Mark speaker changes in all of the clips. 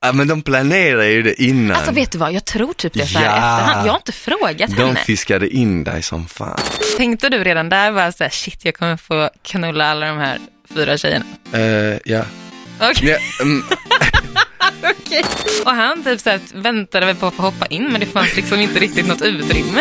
Speaker 1: Ja, men de planerar ju det innan.
Speaker 2: Alltså vet du vad, jag tror typ det så här
Speaker 1: Ja.
Speaker 2: efterhand. Jag har inte frågat
Speaker 1: de
Speaker 2: henne.
Speaker 1: fiskade in dig som fan.
Speaker 2: Tänkte du redan där bara så här, shit jag kommer få knulla alla de här fyra tjejerna?
Speaker 1: Eh, ja.
Speaker 2: Okej,
Speaker 1: ja mm,
Speaker 2: okej. Och han typ så här, väntade väl på att få hoppa in men det fanns liksom inte riktigt något utrymme.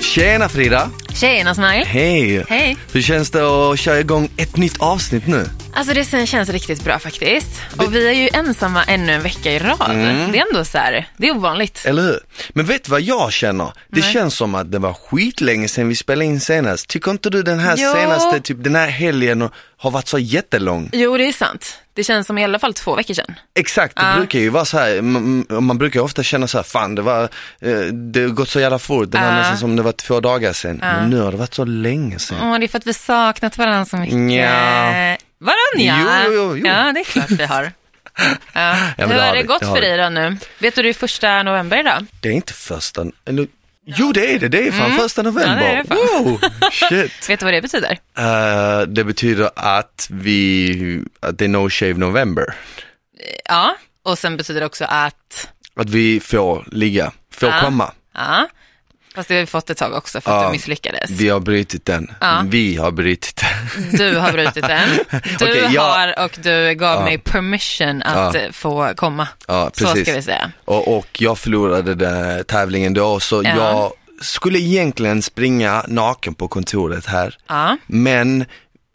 Speaker 1: tjena Frida.
Speaker 2: Tjejerna Smile.
Speaker 1: Hej.
Speaker 2: Hej.
Speaker 1: Hur känns det att köra igång ett nytt avsnitt nu?
Speaker 2: Alltså det sen känns riktigt bra faktiskt. Och vi är ju ensamma ännu en vecka i rad.
Speaker 1: Mm.
Speaker 2: Det är ändå så här, det är ovanligt.
Speaker 1: Eller hur? Men vet du vad jag känner? Det
Speaker 2: Nej.
Speaker 1: känns som att det var skitlänge sedan vi spelade in senast. Tycker inte du den här
Speaker 2: Jo.
Speaker 1: senaste, typ den här helgen har varit så jättelång?
Speaker 2: Jo det är sant. Det känns som i alla fall två veckor sedan.
Speaker 1: Exakt, det
Speaker 2: Ja.
Speaker 1: brukar ju vara så här, m- m- man brukar ju ofta känna så här, fan det var, eh, det har gått så jävla fort, det var
Speaker 2: Ja.
Speaker 1: nästan som det var två dagar sedan. Men nu har det varit så länge sedan.
Speaker 2: Åh, det är för att vi saknat varandra så mycket.
Speaker 1: Nja.
Speaker 2: Varann ja.
Speaker 1: Jo, jo, jo.
Speaker 2: Ja, det är klart vi har. Ja.
Speaker 1: men
Speaker 2: Hur
Speaker 1: det har
Speaker 2: har det
Speaker 1: vi,
Speaker 2: gått
Speaker 1: det har
Speaker 2: för
Speaker 1: vi.
Speaker 2: dig då nu? Vet du det är första november idag?
Speaker 1: Det är inte första, eller, jo det är det, det är fan första november.
Speaker 2: Mm. Ja, det är det fan.
Speaker 1: wow, shit.
Speaker 2: Vet du vad det betyder?
Speaker 1: Eh, det betyder att vi, att det är no shave november.
Speaker 2: Ja, och sen betyder det också att,
Speaker 1: Att vi får ligga, får
Speaker 2: Ja.
Speaker 1: komma.
Speaker 2: ja, fast det har vi fått ett tag också för att
Speaker 1: Ja.
Speaker 2: du misslyckades.
Speaker 1: Vi har brutit den.
Speaker 2: Ja.
Speaker 1: Vi har brutit den.
Speaker 2: Du har brutit den, du
Speaker 1: Okej, jag-
Speaker 2: har och du gav mig permission att eh, få komma.
Speaker 1: Ja,
Speaker 2: så
Speaker 1: precis.
Speaker 2: ska vi säga.
Speaker 1: Och, och jag förlorade den här tävlingen då, så
Speaker 2: Ja.
Speaker 1: jag skulle egentligen springa naken på kontoret här.
Speaker 2: Ja,
Speaker 1: Men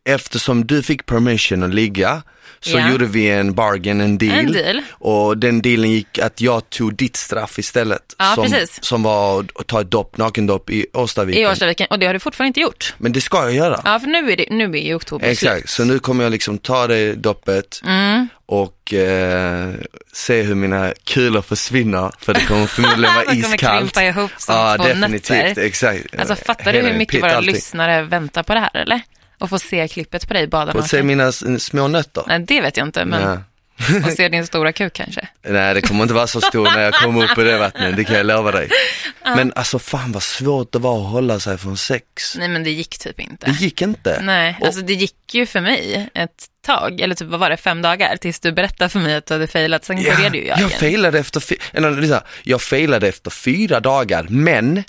Speaker 1: eftersom du fick permission att ligga så
Speaker 2: Ja.
Speaker 1: gjorde vi en bargain, en deal.
Speaker 2: En deal.
Speaker 1: Och den dealen gick att jag tog ditt straff istället.
Speaker 2: Ja,
Speaker 1: som,
Speaker 2: precis.
Speaker 1: som var att ta ett dopp, nakendopp i Årstaviken.
Speaker 2: i Årstaviken, och det har du fortfarande inte gjort.
Speaker 1: Men det ska jag göra.
Speaker 2: Ja, för nu är det, nu är ju oktober slut.
Speaker 1: Exakt, så nu kommer jag liksom ta det doppet
Speaker 2: Mm.
Speaker 1: och eh, se hur mina kulor försvinner för det kommer förmodligen vara
Speaker 2: De kommer
Speaker 1: iskallt.
Speaker 2: krympa ihop som två
Speaker 1: definitivt,
Speaker 2: nötter.
Speaker 1: exakt.
Speaker 2: Alltså fattar du
Speaker 1: Hela
Speaker 2: hur
Speaker 1: min
Speaker 2: mycket
Speaker 1: pitt,
Speaker 2: våra
Speaker 1: allting.
Speaker 2: lyssnare väntar på det här eller? Och få se klippet på dig bada
Speaker 1: Och se
Speaker 2: naken.
Speaker 1: mina s- små nötter.
Speaker 2: Nej det vet jag inte,
Speaker 1: Nej.
Speaker 2: men och se din stora kuk kanske.
Speaker 1: Nej, det kommer inte vara så stor när jag kommer upp i det vattnet, det kan jag lova dig. Men alltså fan vad svårt det var att hålla sig från sex.
Speaker 2: Nej men det gick typ
Speaker 1: Det
Speaker 2: inte.
Speaker 1: gick inte.
Speaker 2: Nej,
Speaker 1: Och-
Speaker 2: alltså det gick ju för mig ett tag, eller typ vad var det, fem dagar, tills du berättade för mig att du hade failat, sen började ju jag
Speaker 1: jag
Speaker 2: igen.
Speaker 1: failade efter, fy- eller, liksom, jag failade efter fyra dagar, men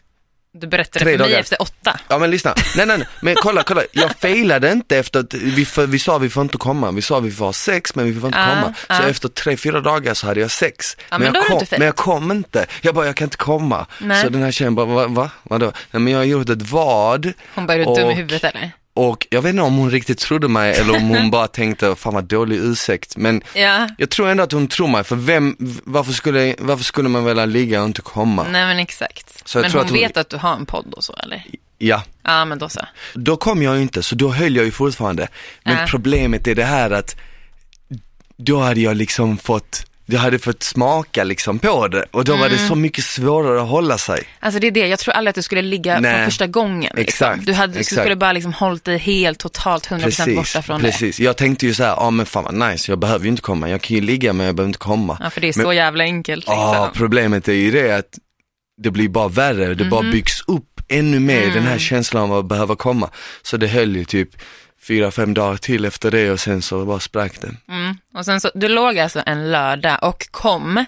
Speaker 2: Du berättade
Speaker 1: Tre
Speaker 2: för mig
Speaker 1: dagar.
Speaker 2: efter åtta.
Speaker 1: Ja men lyssna, nej nej nej, men kolla, kolla, jag failade inte efter att vi, för, vi sa vi får inte komma, vi sa vi får ha sex men vi får inte
Speaker 2: Ja,
Speaker 1: komma. Så
Speaker 2: ja.
Speaker 1: efter tre, fyra dagar så hade jag sex.
Speaker 2: men då
Speaker 1: jag
Speaker 2: har du
Speaker 1: kom,
Speaker 2: inte failat.
Speaker 1: men jag kom inte, jag bara jag kan inte komma.
Speaker 2: Nej.
Speaker 1: Så den här tjejen bara, va, va? vadå? Nej men jag har gjort ett vad
Speaker 2: Hon bara, är du dum i
Speaker 1: Och-
Speaker 2: huvudet eller?
Speaker 1: och jag vet inte om hon riktigt trodde mig eller om hon bara tänkte, fan vad dålig ursäkt. Men
Speaker 2: Ja,
Speaker 1: jag tror ändå att hon tror mig, för vem, varför skulle, varför skulle man vilja ligga och inte komma?
Speaker 2: nej men exakt.
Speaker 1: Så jag
Speaker 2: men
Speaker 1: tror
Speaker 2: hon,
Speaker 1: att hon-
Speaker 2: vet att du har en podd och så eller?
Speaker 1: Ja.
Speaker 2: Ja men då så.
Speaker 1: Då kom jag ju inte, så då höll jag ju fortfarande. Men
Speaker 2: Ja.
Speaker 1: problemet är det här att då hade jag liksom fått, jag hade fått smaka liksom på det och då var
Speaker 2: Mm.
Speaker 1: det så mycket svårare att hålla sig.
Speaker 2: Alltså det är det, jag tror aldrig att du skulle ligga
Speaker 1: Nej.
Speaker 2: från första gången. Liksom.
Speaker 1: Exakt,
Speaker 2: Du, hade, du
Speaker 1: exakt.
Speaker 2: skulle bara liksom hållit dig helt totalt 100% borta från det.
Speaker 1: precis. Jag tänkte ju så här, ja men fan vad nice, jag behöver ju inte komma, jag kan ju ligga men jag behöver inte komma.
Speaker 2: Ja, för det är
Speaker 1: Men- Ah,
Speaker 2: så jävla enkelt. Liksom.
Speaker 1: Ja, problemet är ju det att det blir bara värre, det
Speaker 2: Mhm.
Speaker 1: bara byggs upp ännu mer den
Speaker 2: Mm.
Speaker 1: här känslan av att behöva komma. Så det höll ju typ fyra, fem dagar till efter det och sen så bara sprack det.
Speaker 2: Mm. Och sen så, du låg alltså en lördag och kom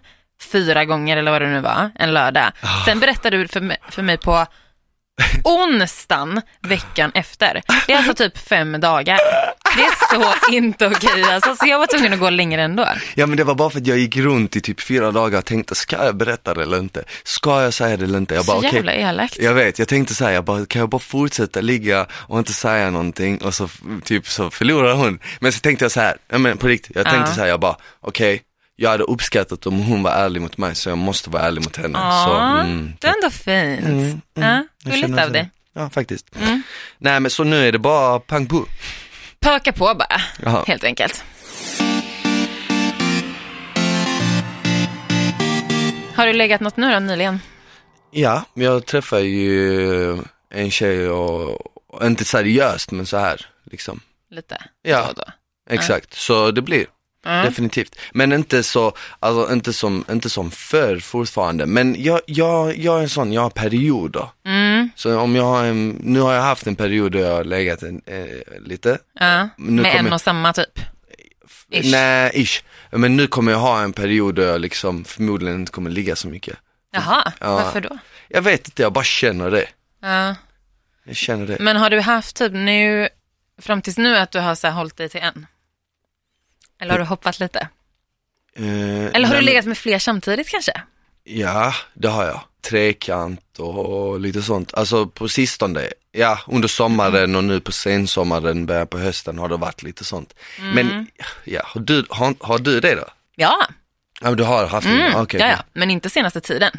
Speaker 2: fyra gånger eller vad det nu var, en lördag.
Speaker 1: Ah.
Speaker 2: Sen berättade du för mig, för mig på onsdagen veckan efter. Det är alltså typ fem dagar. Det är så inte okej alltså, så jag var tvungen att gå längre ändå.
Speaker 1: Ja men det var bara för att jag gick runt i typ fyra dagar och tänkte, ska jag berätta det eller inte? Ska jag säga det eller inte? Jag bara,
Speaker 2: Så
Speaker 1: okej.
Speaker 2: jävla elakt.
Speaker 1: Jag vet, jag tänkte säga, jag bara, kan jag bara fortsätta ligga och inte säga någonting och så f- typ så förlorar hon. Men så tänkte jag så här, ja men på riktigt, jag tänkte
Speaker 2: Ja.
Speaker 1: så här, jag bara, okej, jag hade uppskattat om hon var ärlig mot mig så jag måste vara ärlig mot henne. Så,
Speaker 2: Ja,
Speaker 1: mm,
Speaker 2: det var ändå fint. ja,
Speaker 1: jag
Speaker 2: gulligt
Speaker 1: känner
Speaker 2: av Mm.
Speaker 1: så.
Speaker 2: dig.
Speaker 1: Ja, faktiskt. Nej men så nu är det bara pang på.
Speaker 2: Pöka på bara,
Speaker 1: Jaha.
Speaker 2: helt enkelt. Har du legat något nu då nyligen?
Speaker 1: Ja, jag träffar ju en tjej och, och inte seriöst men så här liksom.
Speaker 2: Lite
Speaker 1: Ja.
Speaker 2: då och då.
Speaker 1: Exakt, så det blir. definitivt. Men inte så, alltså inte som, inte som förr fortfarande. Men jag, jag, jag är en sån, jag har perioder.
Speaker 2: Mm.
Speaker 1: Så om jag har en, nu har jag haft en period då jag har legat en, eh, lite.
Speaker 2: Ja.
Speaker 1: Nu
Speaker 2: Med
Speaker 1: kommer-
Speaker 2: en och samma typ. Ish.
Speaker 1: Nej, ish. Men nu kommer jag ha en period då jag liksom förmodligen inte kommer ligga så mycket.
Speaker 2: Jaha,
Speaker 1: Ja.
Speaker 2: varför då?
Speaker 1: Jag vet inte, jag bara känner det.
Speaker 2: Ja.
Speaker 1: Jag känner det.
Speaker 2: Men har du haft typ nu, fram tills nu, att du har så här, hållit dig till en? Eller har du hoppat lite?
Speaker 1: Eh,
Speaker 2: Mm. Eller har
Speaker 1: nej,
Speaker 2: du
Speaker 1: men-
Speaker 2: legat med fler samtidigt kanske?
Speaker 1: Ja, det har jag. Trekant och, och lite sånt. Alltså på sistone, ja under sommaren
Speaker 2: Mm.
Speaker 1: och nu på sensommaren, början på hösten har det varit lite sånt.
Speaker 2: Mm.
Speaker 1: Men ja, har du, har, har du det då?
Speaker 2: Ja,
Speaker 1: Ja, men du har haft det?
Speaker 2: mm.
Speaker 1: Okej.
Speaker 2: ja, ja. men inte senaste tiden.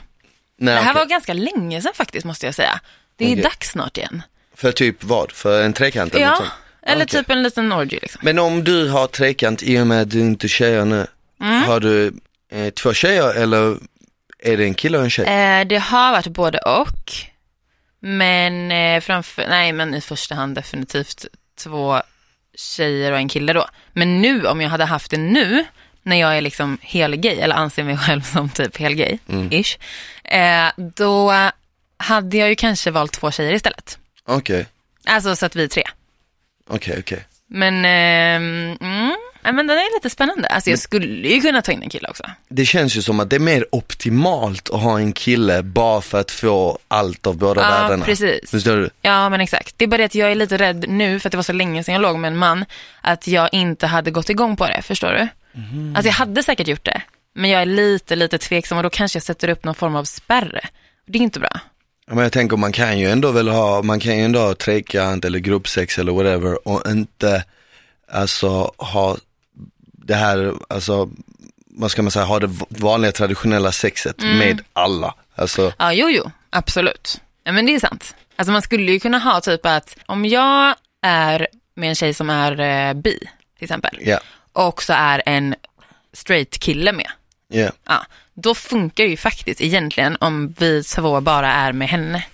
Speaker 1: Nej,
Speaker 2: Det här
Speaker 1: okej.
Speaker 2: var ganska länge sedan faktiskt måste jag säga. Det är
Speaker 1: Okej.
Speaker 2: dags snart igen.
Speaker 1: För typ vad? För en trekant eller något
Speaker 2: Ja,
Speaker 1: sånt?
Speaker 2: eller
Speaker 1: Okej.
Speaker 2: typ en liten orgy liksom.
Speaker 1: Men om du har trekant i och med att du inte är tjejer nu,
Speaker 2: Mm.
Speaker 1: har du eh, två tjejer eller är det en kille och en tjej?
Speaker 2: Eh, det har varit både och. Men, eh, framför, nej, men i första hand definitivt två tjejer och en kille då. Men nu, om jag hade haft det nu, när jag är liksom helgay, eller anser mig själv som typ helgay, ish, eh, då hade jag ju kanske valt två tjejer istället.
Speaker 1: Okej,
Speaker 2: Alltså så att vi är tre.
Speaker 1: okej, okej.
Speaker 2: Men, eh, mm, ja, men den är lite spännande. Alltså jag skulle ju kunna ta in en kille också.
Speaker 1: Det känns ju som att det är mer optimalt att ha en kille bara för att få allt av båda
Speaker 2: Ja,
Speaker 1: världarna.
Speaker 2: precis.
Speaker 1: Förstår du?
Speaker 2: Ja men exakt. Det är bara det att jag är lite rädd nu för att det var så länge sedan jag låg med en man att jag inte hade gått igång på det. Förstår du? Alltså jag hade säkert gjort det. Men jag är lite, lite tveksam och då kanske jag sätter upp någon form av spärr. Det är inte bra.
Speaker 1: Ja, Men jag tänker man kan ju ändå väl ha, man kan ju ändå ha trekant eller gruppsex eller whatever och inte alltså ha det här, alltså vad ska man säga, ha det v- vanliga traditionella sexet
Speaker 2: Mm.
Speaker 1: med alla. Alltså,
Speaker 2: Ja, jo, jo, absolut. Ja, men det är sant. Alltså man skulle ju kunna ha typ att om jag är med en tjej som är eh, bi, till exempel,
Speaker 1: ja,
Speaker 2: och så är en straight kille med.
Speaker 1: ja.
Speaker 2: Ja, då funkar det ju faktiskt egentligen om vi två bara är med henne.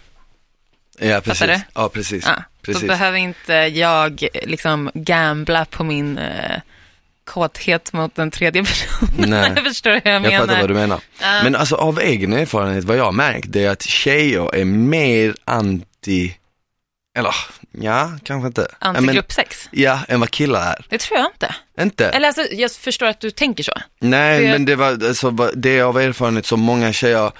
Speaker 1: Ja, precis.
Speaker 2: du?
Speaker 1: Ja, precis.
Speaker 2: Ja, Då
Speaker 1: precis.
Speaker 2: behöver inte jag liksom gambla på min eh, kåthet mot den tredje personen.
Speaker 1: Nej.
Speaker 2: Förstår du hur jag,
Speaker 1: Jag
Speaker 2: menar?
Speaker 1: fattar vad du menar. Men alltså av egen erfarenhet, vad jag har märkt, det är att tjejer är mer anti, eller ja, kanske inte. Ja, men-
Speaker 2: Antigruppsex?
Speaker 1: Ja, än vad killar är.
Speaker 2: Det tror jag inte.
Speaker 1: Inte?
Speaker 2: Eller alltså, jag förstår att du tänker så.
Speaker 1: Nej,
Speaker 2: För jag-
Speaker 1: men det var, alltså, vad- det är av erfarenhet som många tjejer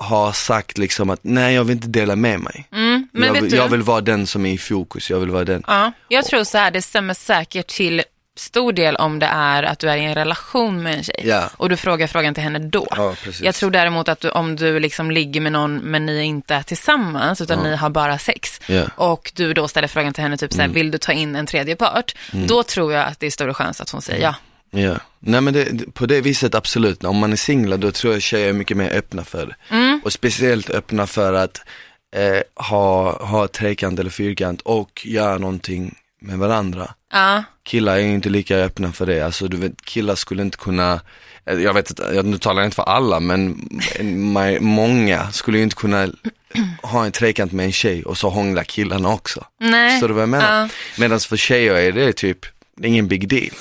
Speaker 1: har sagt liksom att nej jag vill inte dela med mig.
Speaker 2: Mm, men
Speaker 1: jag,
Speaker 2: vet
Speaker 1: vill,
Speaker 2: du?
Speaker 1: jag vill vara den som är i fokus, jag vill vara den.
Speaker 2: Ja, jag tror så här, det stämmer säkert till stor del om det är att du är i en relation med en tjej
Speaker 1: Ja.
Speaker 2: och du frågar frågan till henne då.
Speaker 1: Ja, precis.
Speaker 2: Jag tror däremot att du, om du liksom ligger med någon men ni inte är tillsammans utan ni har bara sex
Speaker 1: Ja. Mm.
Speaker 2: och du då ställer frågan till henne typ så här, vill du ta in en tredje part? Då tror jag att det är större chans att hon säger
Speaker 1: Mm.
Speaker 2: ja.
Speaker 1: Ja, nej men det, det- på det viset absolut. Om man är singlar då tror jag tjejer är mycket mer öppna för det. Och speciellt öppna för att eh, ha, ha trekant eller fyrkant och göra någonting med varandra.
Speaker 2: Ja,
Speaker 1: Killar är ju inte lika öppna för det, alltså du vet, killar skulle inte kunna, eh, jag vet inte, jag- nu talar jag inte för alla men en- ma- många skulle ju inte kunna ha en trekant med en tjej och så hångla killarna också.
Speaker 2: nej.
Speaker 1: Förstår du vad jag menar? Medan för tjejer är det typ, det är ingen big deal.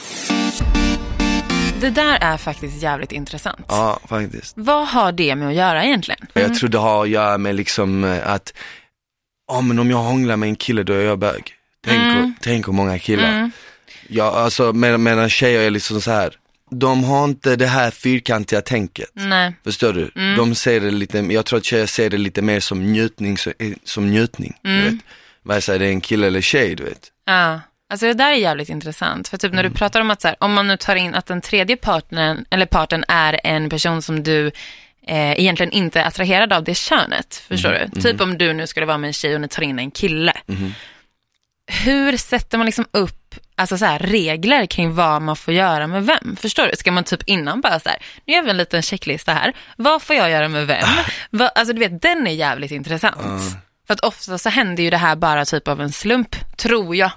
Speaker 2: Det där är faktiskt jävligt intressant.
Speaker 1: Ja, faktiskt.
Speaker 2: Vad har det med att göra egentligen?
Speaker 1: Jag tror det har att göra med liksom eh, att, ja men om jag hånglar med en kille då är jag bög. Tänk, tänk hur många killar. Ja, alltså med, medan tjejer är liksom så här. de har inte det här fyrkantiga tänket.
Speaker 2: Nej.
Speaker 1: Förstår du? De ser det lite, jag tror att tjejer ser det lite mer som njutning, så- eh, som njutning. Du vet. Vare sig det är en kille eller tjej du vet.
Speaker 2: Ja, alltså det där är jävligt intressant. För typ när du pratar om att så här, om man nu tar in att den tredje partnern, eller parten är en person som du eh, egentligen inte är attraherad av det könet. Förstår du? Typ om du nu skulle vara med en tjej och ni tar in en kille. Hur sätter man liksom upp alltså så här, regler kring vad man får göra med vem? Förstår du? Ska man typ innan bara så här, nu gör vi en liten checklista här. Vad får jag göra med vem? Vad, alltså du vet, den är jävligt intressant. För att ofta så händer ju det här bara typ av en slump, tror jag.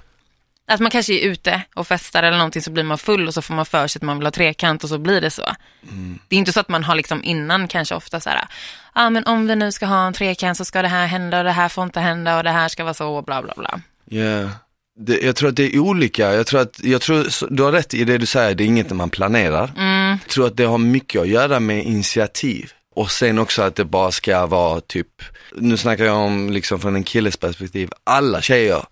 Speaker 2: Att man kanske är ute och festar eller någonting så blir man full och så får man för sig att man vill ha trekant och så blir det så. Det är inte så att man har liksom innan kanske ofta så här, ah, men om vi nu ska ha en trekant så ska det här hända och det här får inte hända och det här ska vara så och bla bla bla.
Speaker 1: Yeah. det, jag tror att det är olika, jag tror att, jag tror, så- du har rätt i det du säger, det är inget man planerar.
Speaker 2: Mm.
Speaker 1: Jag tror att det har mycket att göra med initiativ. Och sen också att det bara ska vara typ, nu snackar jag om liksom från en killes perspektiv, alla tjejer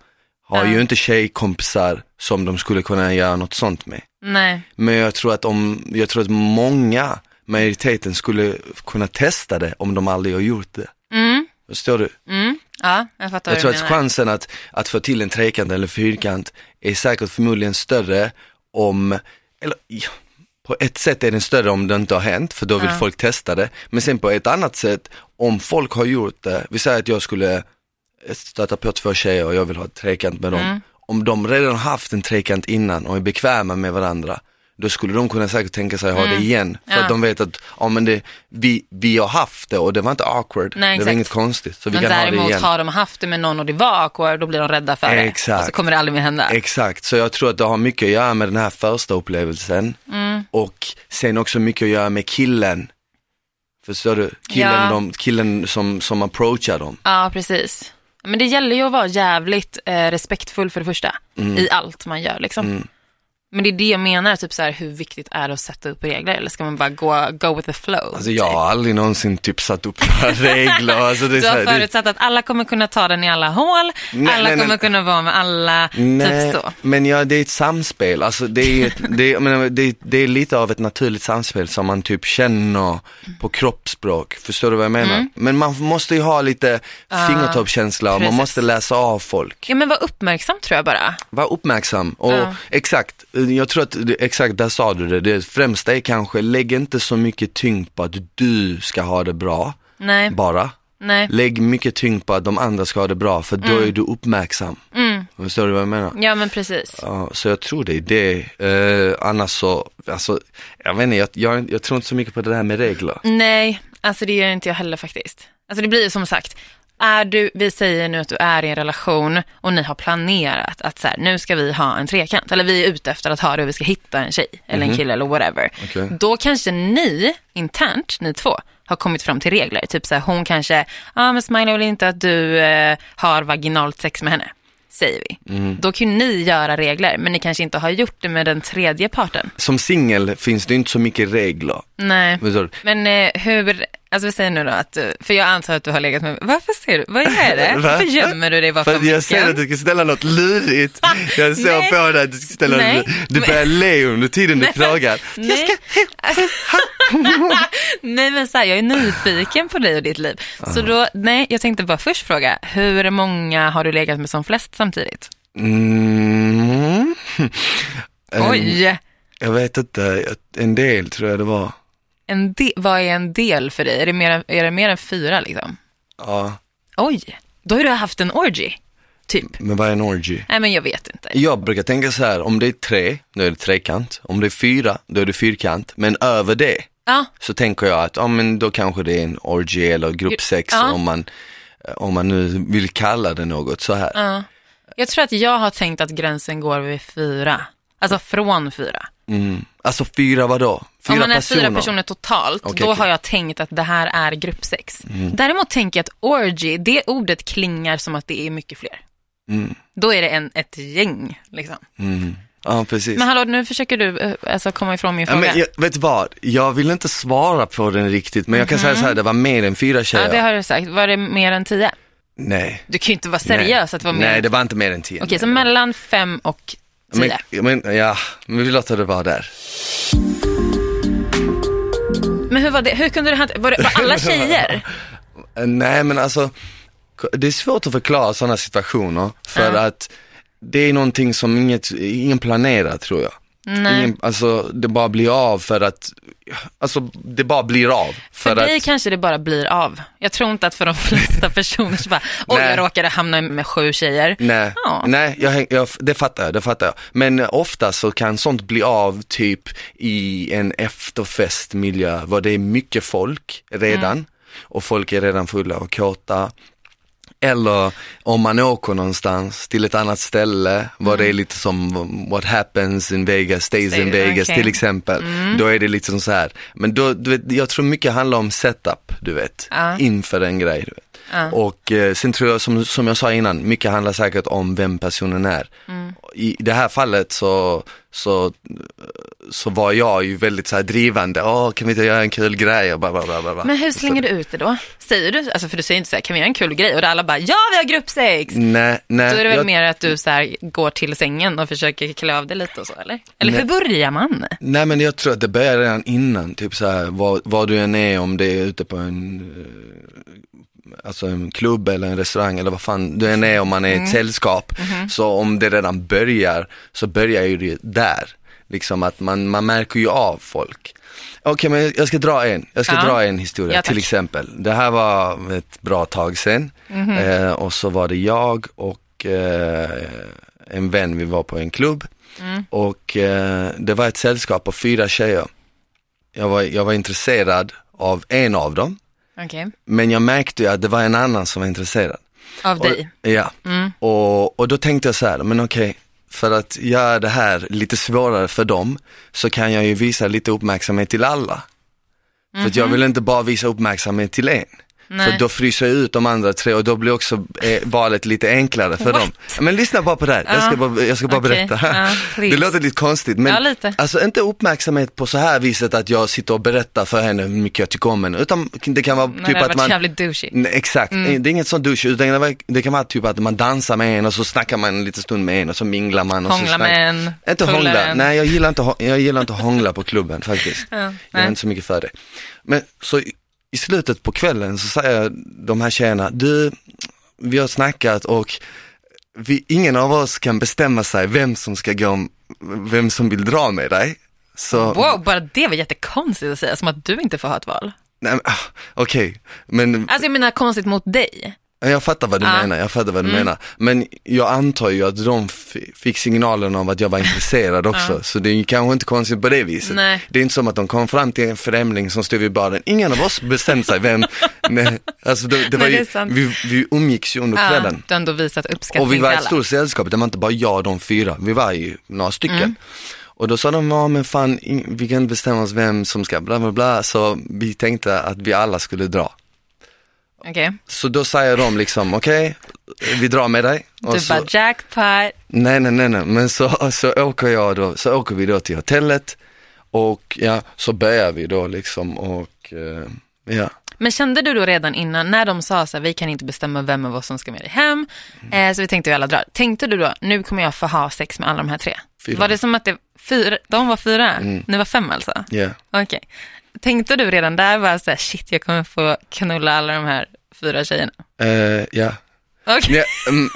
Speaker 1: har
Speaker 2: Ja.
Speaker 1: ju inte tjejkompisar som de skulle kunna göra något sånt med.
Speaker 2: Nej.
Speaker 1: Men jag tror att om, jag tror att många, majoriteten skulle kunna testa det om de aldrig har gjort det.
Speaker 2: Mm.
Speaker 1: Förstår du?
Speaker 2: Mm. Ja, jag fattar
Speaker 1: Jag
Speaker 2: vad
Speaker 1: tror
Speaker 2: du
Speaker 1: att
Speaker 2: menar.
Speaker 1: chansen att, att få till en trekant eller fyrkant är säkert förmodligen större om, eller ja, på ett sätt är den större om det inte har hänt för då vill
Speaker 2: Ja.
Speaker 1: folk testa det. Men sen på ett annat sätt, om folk har gjort det, vi säger att jag skulle eh, stöta på två tjejer och jag vill ha ett trekant med dem.
Speaker 2: Mm.
Speaker 1: Om de redan har haft en trekant innan och är bekväma med varandra, då skulle de kunna säkert tänka sig ha det
Speaker 2: Mm.
Speaker 1: igen. För
Speaker 2: Ja.
Speaker 1: att de vet att, ja men det, vi, vi har haft det och det var inte awkward,
Speaker 2: Nej,
Speaker 1: det var
Speaker 2: exakt.
Speaker 1: inget konstigt. Så vi
Speaker 2: Men
Speaker 1: kan ha det
Speaker 2: däremot
Speaker 1: igen.
Speaker 2: har de haft det med någon och det var awkward, då blir de rädda för det.
Speaker 1: Exakt.
Speaker 2: Och så kommer det aldrig mer hända.
Speaker 1: Exakt, så jag tror att det har mycket att göra med den här första upplevelsen
Speaker 2: Mm.
Speaker 1: och sen också mycket att göra med killen. Förstår du? Killen,
Speaker 2: Ja.
Speaker 1: de, killen som, som approachar dem.
Speaker 2: Ja, precis. Men det gäller ju att vara jävligt eh, respektfull för det första,
Speaker 1: Mm.
Speaker 2: i allt man gör liksom. Men det är det jag menar, typ så här, hur viktigt är det att sätta upp regler? Eller ska man bara gå go with the flow?
Speaker 1: Alltså jag har aldrig någonsin typ satt upp några regler. Alltså, det är
Speaker 2: Du
Speaker 1: så
Speaker 2: har typ
Speaker 1: här, det,
Speaker 2: förutsatt att alla kommer kunna ta den i alla hål,
Speaker 1: Nej,
Speaker 2: alla
Speaker 1: nej, nej.
Speaker 2: kommer kunna vara med alla,
Speaker 1: Nej,
Speaker 2: typ så.
Speaker 1: men ja, det är ett samspel, alltså det är, ett, det, är, men, det, är, det är lite av ett naturligt samspel som man typ känner på kroppsspråk, förstår du vad jag menar?
Speaker 2: Mm.
Speaker 1: Men man måste ju ha lite fingertoppskänsla och man
Speaker 2: precis.
Speaker 1: måste läsa av folk.
Speaker 2: Ja men var uppmärksam tror jag bara.
Speaker 1: Var uppmärksam och
Speaker 2: Ja.
Speaker 1: exakt, jag tror att exakt där sa du det. Det främsta är kanske, lägg inte så mycket tyngd på att du ska ha det bra
Speaker 2: Nej,
Speaker 1: bara.
Speaker 2: nej.
Speaker 1: Lägg mycket tyngd på att de andra ska ha det bra för då är du uppmärksam.
Speaker 2: Mm.
Speaker 1: Förstår du vad jag menar?
Speaker 2: Ja men precis.
Speaker 1: Ja, så jag tror det är det. Eh, annars så, alltså, jag vet inte, jag, jag, jag tror inte så mycket på det här med
Speaker 2: Mm.
Speaker 1: regler.
Speaker 2: Nej, alltså det gör inte jag heller faktiskt. Alltså det blir ju som sagt, är du, vi säger nu att du är i en relation och ni har planerat att så här, nu ska vi ha en trekant, eller vi är ute efter att ha det och vi ska hitta en tjej eller en kille eller whatever.
Speaker 1: Okej.
Speaker 2: Då kanske ni internt, ni två, har kommit fram till regler. Typ så här, hon kanske, ja ah, men Smiley vill inte att du eh, har vaginalt sex med henne, säger vi. Då kan ju ni göra regler, men ni kanske inte har gjort det med den tredje parten.
Speaker 1: Som singel finns det inte så mycket regler.
Speaker 2: Nej.
Speaker 1: Förstår du?
Speaker 2: Men eh, hur, alltså vi säger nu då att du, för jag antar att du har legat med, varför ser du, vad är det?
Speaker 1: Va?
Speaker 2: Varför gömmer du dig
Speaker 1: För
Speaker 2: bakom
Speaker 1: att jag ser att du ska ställa något lurigt. Jag
Speaker 2: Nej.
Speaker 1: såg på dig att du ska ställa något
Speaker 2: Nej.
Speaker 1: lurigt. Du börjar le under tiden du frågar.
Speaker 2: Nej. nej men såhär, jag är nyfiken på dig och ditt liv. Så då, nej jag tänkte bara först fråga, hur många har du legat med som flest samtidigt?
Speaker 1: Mm. En,
Speaker 2: Oj,
Speaker 1: jag vet inte, en del tror jag det var.
Speaker 2: en de, vad är en del för dig? Är det mer, än- är det mer än fyra liksom?
Speaker 1: Ja,
Speaker 2: Oj, då har du haft en orgy, typ.
Speaker 1: men vad är en orgy?
Speaker 2: Nej men jag vet inte.
Speaker 1: Jag brukar tänka så här, om det är tre, då är det trekant. Om det är fyra, då är det fyrkant. Men över det
Speaker 2: Ja,
Speaker 1: så tänker jag att, ja men då kanske det är en orgy eller gruppsex
Speaker 2: Ja.
Speaker 1: om man om man nu vill kalla det något så här.
Speaker 2: Ja. Jag tror att jag har tänkt att gränsen går vid fyra. Alltså från fyra.
Speaker 1: Mm. Alltså fyra vadå? Fyra
Speaker 2: Om man är
Speaker 1: personer?
Speaker 2: fyra personer
Speaker 1: Okej,
Speaker 2: totalt, då
Speaker 1: okej. Mm.
Speaker 2: har jag tänkt att det här är gruppsex. Däremot tänker jag att orgy, det ordet klingar som att det är mycket fler.
Speaker 1: Mm.
Speaker 2: Då är det en, ett gäng. Liksom.
Speaker 1: Mm. Ja, precis.
Speaker 2: Men hallå, nu försöker du eh, alltså, komma ifrån min
Speaker 1: Ja,
Speaker 2: fråga.
Speaker 1: men jag, vet du vad, jag vill inte svara på den riktigt men jag kan säga så här, det var mer än fyra tjejer.
Speaker 2: Mhm. ja, det har du sagt. Var det mer än tio?
Speaker 1: Nej.
Speaker 2: Du kan ju inte vara seriös
Speaker 1: nej.
Speaker 2: att vara med.
Speaker 1: Nej, det var inte mer än tio.
Speaker 2: Okej, så mellan fem och tio.
Speaker 1: men, men, ja, men vi låter det vara där.
Speaker 2: Men hur var det? Hur kunde det hända? Var det var alla tjejer?
Speaker 1: Eh, Nej men alltså, k- det är svårt att förklara sådana situationer för
Speaker 2: Ja.
Speaker 1: att det är någonting som inget, ingen planerar tror jag.
Speaker 2: Nej.
Speaker 1: Ingen, alltså det bara blir av för att, alltså det bara blir av.
Speaker 2: För,
Speaker 1: att,
Speaker 2: dig kanske det bara blir av. Jag tror inte att för de flesta personer så bara, oj
Speaker 1: Nej.
Speaker 2: jag råkade hamna med sju tjejer.
Speaker 1: Nej,
Speaker 2: Ja.
Speaker 1: nej jag, häng- jag, det fattar jag, det fattar jag. Men ofta så kan sånt bli av typ i en efterfestmiljö, var det är mycket folk redan
Speaker 2: Mm.
Speaker 1: och folk är redan fulla och kåta. Eller om man åker någonstans till ett annat ställe, var det är lite som what happens in Vegas stays in
Speaker 2: Mm. Stay-
Speaker 1: Vegas
Speaker 2: okej. Mm.
Speaker 1: till exempel. Då är det liksom så här, men då, du vet, jag tror mycket handlar om setup, du vet,
Speaker 2: Ja.
Speaker 1: inför en grej. Du vet. Och eh, sen tror jag som, som jag sa innan, mycket handlar säkert om vem personen är.
Speaker 2: Mm.
Speaker 1: I det här fallet så, så, så var jag ju väldigt så här drivande, åh kan vi inte göra en kul grej och bla bla bla. bla. bla.
Speaker 2: Men hur slänger du ut det då? Säger du, alltså för du säger inte så här, kan vi göra en kul grej? Och där alla bara, ja vi har gruppsex!
Speaker 1: Nej, nej.
Speaker 2: Då är det väl
Speaker 1: jag-
Speaker 2: mer att du så här, går till sängen och försöker klä av dig lite och så eller? Eller hur
Speaker 1: Nej.
Speaker 2: börjar man?
Speaker 1: Nej men jag tror att det börjar redan innan, typ så här, vad, vad du än är, om det är ute på en, eh, alltså en klubb eller en restaurang eller vad fan du än är, om man är i ett sällskap. Så om det redan börjar, så börjar ju det där. Liksom att man, man märker ju av folk. Okej men jag- jag ska dra en, jag ska
Speaker 2: Ja.
Speaker 1: dra en historia
Speaker 2: Ja, tack.
Speaker 1: till exempel. Det här var ett bra tag sedan
Speaker 2: Mhm.
Speaker 1: eh, och så var det jag och eh, en vän, vi var på en klubb
Speaker 2: Mm.
Speaker 1: och eh, det var ett sällskap på fyra tjejer. Jag var, jag var intresserad av en av dem,
Speaker 2: Okej,
Speaker 1: men jag märkte ju att det var en annan som var intresserad.
Speaker 2: av dig.
Speaker 1: Och, typ ja, och, och då tänkte jag så här, men okej, för att göra det här lite svårare för dem så kan jag ju visa lite uppmärksamhet till alla. För att jag vill inte bara visa uppmärksamhet till en.
Speaker 2: Mhm. Nej.
Speaker 1: För då fryser jag ut de andra tre och då blir också eh, valet lite enklare för
Speaker 2: What?
Speaker 1: dem. Men lyssna bara på det här, jag ska
Speaker 2: Ja.
Speaker 1: bara, jag ska bara
Speaker 2: Okej.
Speaker 1: berätta.
Speaker 2: Ja, please.
Speaker 1: det låter lite konstigt men
Speaker 2: Ja, lite.
Speaker 1: alltså inte uppmärksamhet på så här viset att jag sitter och berättar för henne hur mycket jag tycker om henne utan det kan vara
Speaker 2: Men
Speaker 1: typ
Speaker 2: det har
Speaker 1: att
Speaker 2: varit
Speaker 1: man Mm,
Speaker 2: jävligt douchey.
Speaker 1: Nej, exakt,
Speaker 2: Mm.
Speaker 1: det är inget sånt douche, utan det var- det kan vara typ att man dansar med en och så snackar man en liten stund med en och så minglar man och så
Speaker 2: Hångla
Speaker 1: snackar-
Speaker 2: med en,
Speaker 1: Inte
Speaker 2: pulla
Speaker 1: hångla,
Speaker 2: en.
Speaker 1: nej jag gillar inte, hå- jag gillar inte att hångla på klubben faktiskt. jag är
Speaker 2: nej.
Speaker 1: inte så mycket för det. Men så i- i slutet på kvällen så säger de här tjejerna, du, vi har snackat och vi, ingen av oss kan bestämma sig vem som ska gå, om- vem som vill dra med dig. Så,
Speaker 2: Wow, bara det var jättekonstigt att säga, som att du inte får ha ett val.
Speaker 1: nej, men, ah, okej, men
Speaker 2: Alltså jag menar konstigt mot dig.
Speaker 1: Ja, Jag fattar vad du
Speaker 2: Ja. Mm.
Speaker 1: menar, jag fattar vad du menar. Men jag antar ju att de f- fick signalen om att jag var intresserad också, så det är ju kanske inte konstigt på det viset.
Speaker 2: Nej.
Speaker 1: Det är inte som att de kom fram till en främling som stod vid baren, ingen av oss bestämde sig vem, nej, alltså det, det var
Speaker 2: Nej, det
Speaker 1: ju,
Speaker 2: är sant.
Speaker 1: vi, vi umgicks ju under
Speaker 2: Ja,
Speaker 1: kvällen.
Speaker 2: du har ändå visat uppskattning
Speaker 1: Och vi var
Speaker 2: till
Speaker 1: ett
Speaker 2: alla.
Speaker 1: stort sällskap, det var inte bara jag och de fyra, vi var ju några stycken.
Speaker 2: Mm.
Speaker 1: Och då sa de, ja men fan, in- vi kan inte bestämma oss vem som ska bla bla bla, så vi tänkte att vi alla skulle dra.
Speaker 2: Okej.
Speaker 1: Så då säger de liksom, okej, vi drar med dig. Och
Speaker 2: Du
Speaker 1: så,
Speaker 2: bara jackpot.
Speaker 1: Nej, nej, nej, nej, men så, så åker jag då, så åker vi då till hotellet och ja, så börjar vi då liksom och eh, ja.
Speaker 2: Men kände du då redan innan, när de sa så här, vi kan inte bestämma vem av oss som ska med dig hem,
Speaker 1: Mm.
Speaker 2: eh, så vi tänkte vi alla drar. Tänkte du då, nu kommer jag få ha sex med alla de här tre?
Speaker 1: Fyra. Mm.
Speaker 2: Var det som att det, fyra, de var fyra, ni var fem alltså?
Speaker 1: ja.
Speaker 2: Okej. Tänkte du redan där, bara så här, shit jag kommer få knulla alla de här fyra tjejerna?
Speaker 1: Eh, ja.
Speaker 2: Okej,
Speaker 1: ja mm,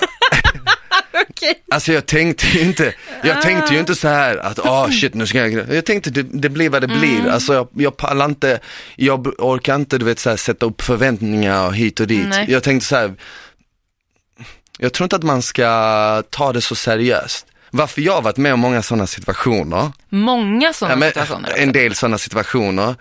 Speaker 2: okej.
Speaker 1: alltså jag tänkte ju inte,
Speaker 2: Ah.
Speaker 1: jag tänkte ju inte så här att, ah shit nu ska jag, jag tänkte det, det blir vad det blir,
Speaker 2: Mm.
Speaker 1: alltså jag, jag pallar inte, jag b- orkar inte du vet så här, sätta upp förväntningar och hit och dit.
Speaker 2: Nej.
Speaker 1: Jag tänkte så här, jag tror inte att man ska ta det så seriöst. Varför jag har varit med om många sådana situationer,
Speaker 2: Många sådana
Speaker 1: Ja, men,
Speaker 2: situationer. också. Mhm.
Speaker 1: en del sådana situationer.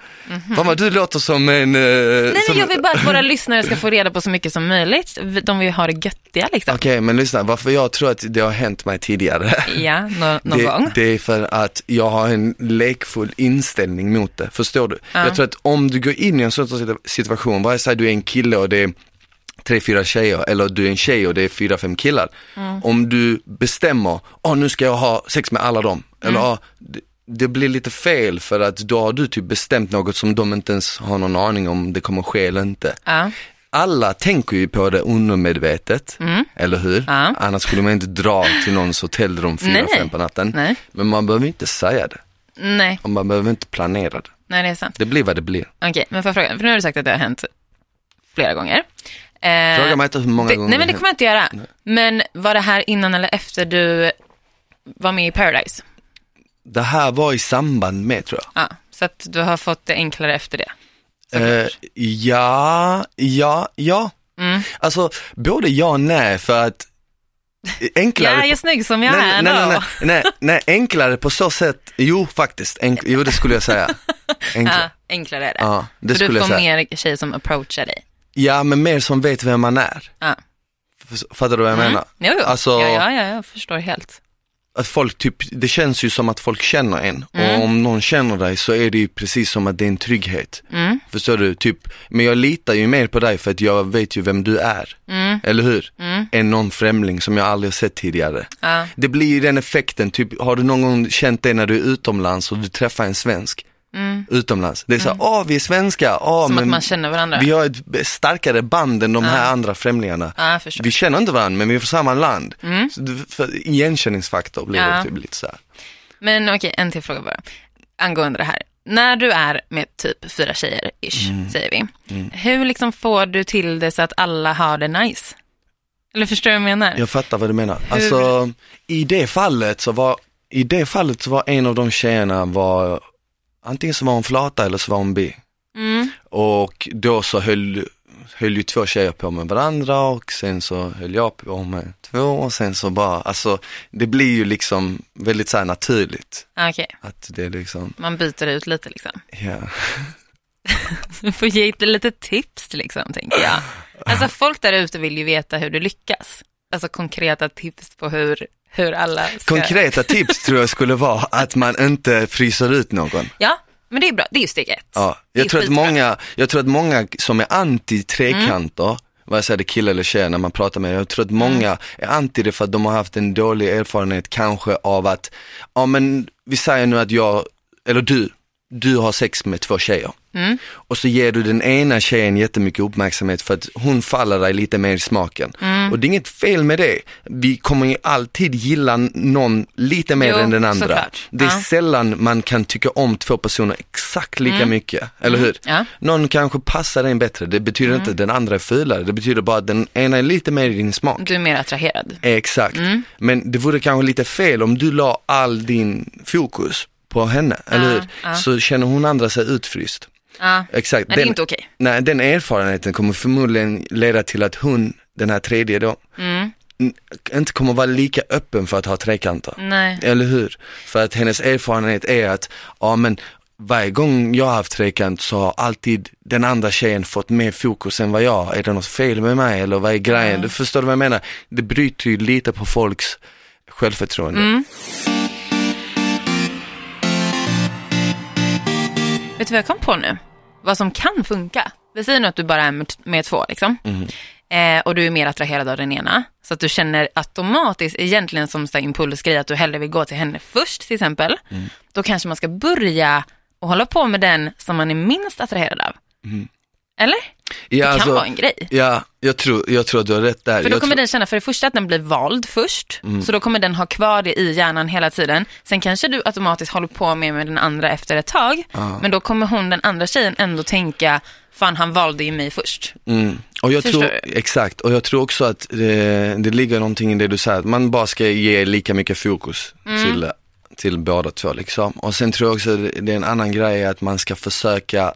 Speaker 1: Vad man, du låter som en... eh,
Speaker 2: Nej,
Speaker 1: som...
Speaker 2: men jag vill bara att våra lyssnare ska få reda på så mycket som möjligt. Vi- De vill ha det göttiga liksom.
Speaker 1: Okej, men lyssna, varför jag tror att det har hänt mig tidigare.
Speaker 2: Ja, nå- någon gång.
Speaker 1: Det, det är för att jag har en lekfull inställning mot det, förstår du? Jag tror att om du går in i en sån situ- situation, vare sig du är en kille och det är tre, fyra tjejer eller du är en tjej och det är fyra, fem killar.
Speaker 2: Mm.
Speaker 1: Om du bestämmer, åh nu ska jag ha sex med alla dem, eller
Speaker 2: Mm.
Speaker 1: "Åh, det, det blir lite fel för att då har du typ bestämt något som de inte ens har någon aning om det kommer ske eller inte
Speaker 2: Ja.
Speaker 1: alla tänker ju på det undermedvetet, eller hur?
Speaker 2: Mm. Ja.
Speaker 1: Annars skulle man inte dra till någons hotellrum fyra,
Speaker 2: Nej, nej.
Speaker 1: fem på natten.
Speaker 2: Nej.
Speaker 1: Men man behöver inte säga det
Speaker 2: Nej,
Speaker 1: och man behöver inte planera det.
Speaker 2: nej, det är sant.
Speaker 1: Det blir vad det blir.
Speaker 2: Okej, men får jag fråga, för nu har du sagt att det har hänt flera gånger. Eh,
Speaker 1: Fråga mig inte hur många
Speaker 2: det,
Speaker 1: gånger
Speaker 2: Nej, men det
Speaker 1: det
Speaker 2: kommer jag inte göra. Men var det här innan eller efter du var med i Paradise?
Speaker 1: hänt. Det här var i samband med tror jag.
Speaker 2: Ja, så att du har fått det enklare efter det.
Speaker 1: Eh, ja, ja, ja.
Speaker 2: Mm.
Speaker 1: Alltså både ja och nej för att enklare
Speaker 2: Ja, jag är snygg som jag är
Speaker 1: nej, nej,
Speaker 2: ändå.
Speaker 1: nej, nej, nej, nej, enklare på så sätt, jo faktiskt, enk, jo det skulle jag säga.
Speaker 2: Ja,
Speaker 1: Enklare.
Speaker 2: enklare är det.
Speaker 1: Ja, det
Speaker 2: För
Speaker 1: skulle
Speaker 2: du
Speaker 1: jag
Speaker 2: får
Speaker 1: säga.
Speaker 2: mer tjejer som approachar dig.
Speaker 1: Ja, men mer som vet vem man är.
Speaker 2: Ja.
Speaker 1: F- Fattar du vad jag menar?
Speaker 2: Mm. Jo, jo.
Speaker 1: Alltså,
Speaker 2: Ja, ja, ja, jag förstår helt.
Speaker 1: att folk typ, det känns ju som att folk känner en
Speaker 2: Mm.
Speaker 1: och om någon känner dig så är det ju precis som att det är en trygghet.
Speaker 2: Mm.
Speaker 1: Förstår du? Typ, men jag litar ju mer på dig för att jag vet ju vem du är.
Speaker 2: Mm.
Speaker 1: Eller hur? Än någon främling som jag aldrig har sett tidigare.
Speaker 2: Ja.
Speaker 1: Det blir ju den effekten, typ, har du någon gång känt det när du är utomlands och du träffar en svensk utomlands? Det är så här, åh vi är svenska, åh
Speaker 2: Mm. Som
Speaker 1: men
Speaker 2: att man känner varandra.
Speaker 1: vi har ett starkare band än de här andra främlingarna.
Speaker 2: Ja, jag förstår. Mm.
Speaker 1: Vi känner inte varandra men vi är från samma land. Så du- för igenkänningsfaktor blir
Speaker 2: Ja.
Speaker 1: det typ lite så här.
Speaker 2: Men okej, en till fråga bara. Angående det här. När du är med typ fyra tjejer, ish,
Speaker 1: Mm.
Speaker 2: säger vi. Hur liksom får du till det så att alla har det nice? Eller förstår du vad jag menar?
Speaker 1: Jag fattar vad du menar. Alltså i det fallet så var, i det fallet så var en av de tjejerna var, antingen så var hon flata eller så var hon bi.
Speaker 2: Mm.
Speaker 1: Och då så höll, höll ju två tjejer på med varandra och sen så höll jag på med två och sen så bara, alltså det blir ju liksom väldigt så här naturligt.
Speaker 2: Ah, Okej,
Speaker 1: Att det är liksom,
Speaker 2: man byter ut lite liksom.
Speaker 1: ja.
Speaker 2: Du får ge lite tips liksom, tänker jag. Alltså folk där ute vill ju veta hur du lyckas. Alltså konkreta tips på hur, hur alla ska...
Speaker 1: Konkreta tips tror jag skulle vara att man inte fryser ut någon.
Speaker 2: Ja, men det är bra. Det är ju steg ett.
Speaker 1: Ja,
Speaker 2: Det är
Speaker 1: jag, tror att
Speaker 2: skitbra.
Speaker 1: många, jag tror att många som är anti trekanter,
Speaker 2: Mm.
Speaker 1: vad säger det killar eller tjejer när man pratar med dem, jag tror att många är anti det för att de har haft en dålig erfarenhet kanske av att, ja men vi säger nu att jag, eller du, du har sex med två tjejer.
Speaker 2: Mm.
Speaker 1: Och så ger du den ena tjejen jättemycket uppmärksamhet för att hon faller dig lite mer i smaken.
Speaker 2: Mm.
Speaker 1: Och det är inget fel med det. Vi kommer ju alltid gilla någon lite mer
Speaker 2: Jo,
Speaker 1: än den andra.
Speaker 2: såklart.
Speaker 1: Det är
Speaker 2: Ja.
Speaker 1: sällan man kan tycka om två personer exakt lika mycket, eller hur?
Speaker 2: Mm. Ja. Mm.
Speaker 1: Någon kanske passar en bättre, det betyder inte att den andra är fulare, det betyder bara att den ena är lite mer i din smak.
Speaker 2: Du är mer attraherad.
Speaker 1: Exakt,
Speaker 2: Mm.
Speaker 1: men det vore kanske lite fel om du la all din fokus på henne, eller hur? Så känner hon andra sig utfryst.
Speaker 2: Ja.
Speaker 1: Exakt.
Speaker 2: Nej, det är
Speaker 1: Den-
Speaker 2: inte okej.
Speaker 1: Nej, den erfarenheten kommer förmodligen leda till att hon, den här tredje då,
Speaker 2: Mm.
Speaker 1: n- inte kommer vara lika öppen för att ha trekanter.
Speaker 2: Nej.
Speaker 1: Eller hur? För att hennes erfarenhet är att, ja men varje gång jag har haft trekant så har alltid den andra tjejen fått mer fokus än vad jag har. Är det något fel med mig eller vad är grejen? Du förstår du vad jag menar? Det bryter ju lite på folks självförtroende.
Speaker 2: Mm, Vet du vad jag kom på nu? Vad som kan funka. Vi säger nu att du bara är med, med två liksom. Eh, och du är mer attraherad av den ena. Så att du känner automatiskt, egentligen som så här impulsgrej, att du hellre vill gå till henne först till exempel. Då kanske man ska börja och hålla på med den som man är minst attraherad av. Eller?
Speaker 1: Ja, alltså,
Speaker 2: det kan vara en grej.
Speaker 1: Ja, jag tror, jag tror att du har rätt där. jag
Speaker 2: För då kommer
Speaker 1: tror, Mm.
Speaker 2: den känna för det första att den blir vald först, så då kommer den ha kvar det i hjärnan hela tiden. Sen kanske du automatiskt håller på med, med den andra efter ett tag, men då kommer hon, den andra tjejen, ändå tänka, fan han valde ju mig först.
Speaker 1: Mm. Och jag
Speaker 2: Förstår
Speaker 1: tror,
Speaker 2: du?
Speaker 1: exakt, och jag tror också att eh, det ligger någonting i det du säger, att man bara ska ge lika mycket fokus
Speaker 2: Mm.
Speaker 1: till, till båda två liksom. Och sen tror jag också det det är en annan grej att man ska försöka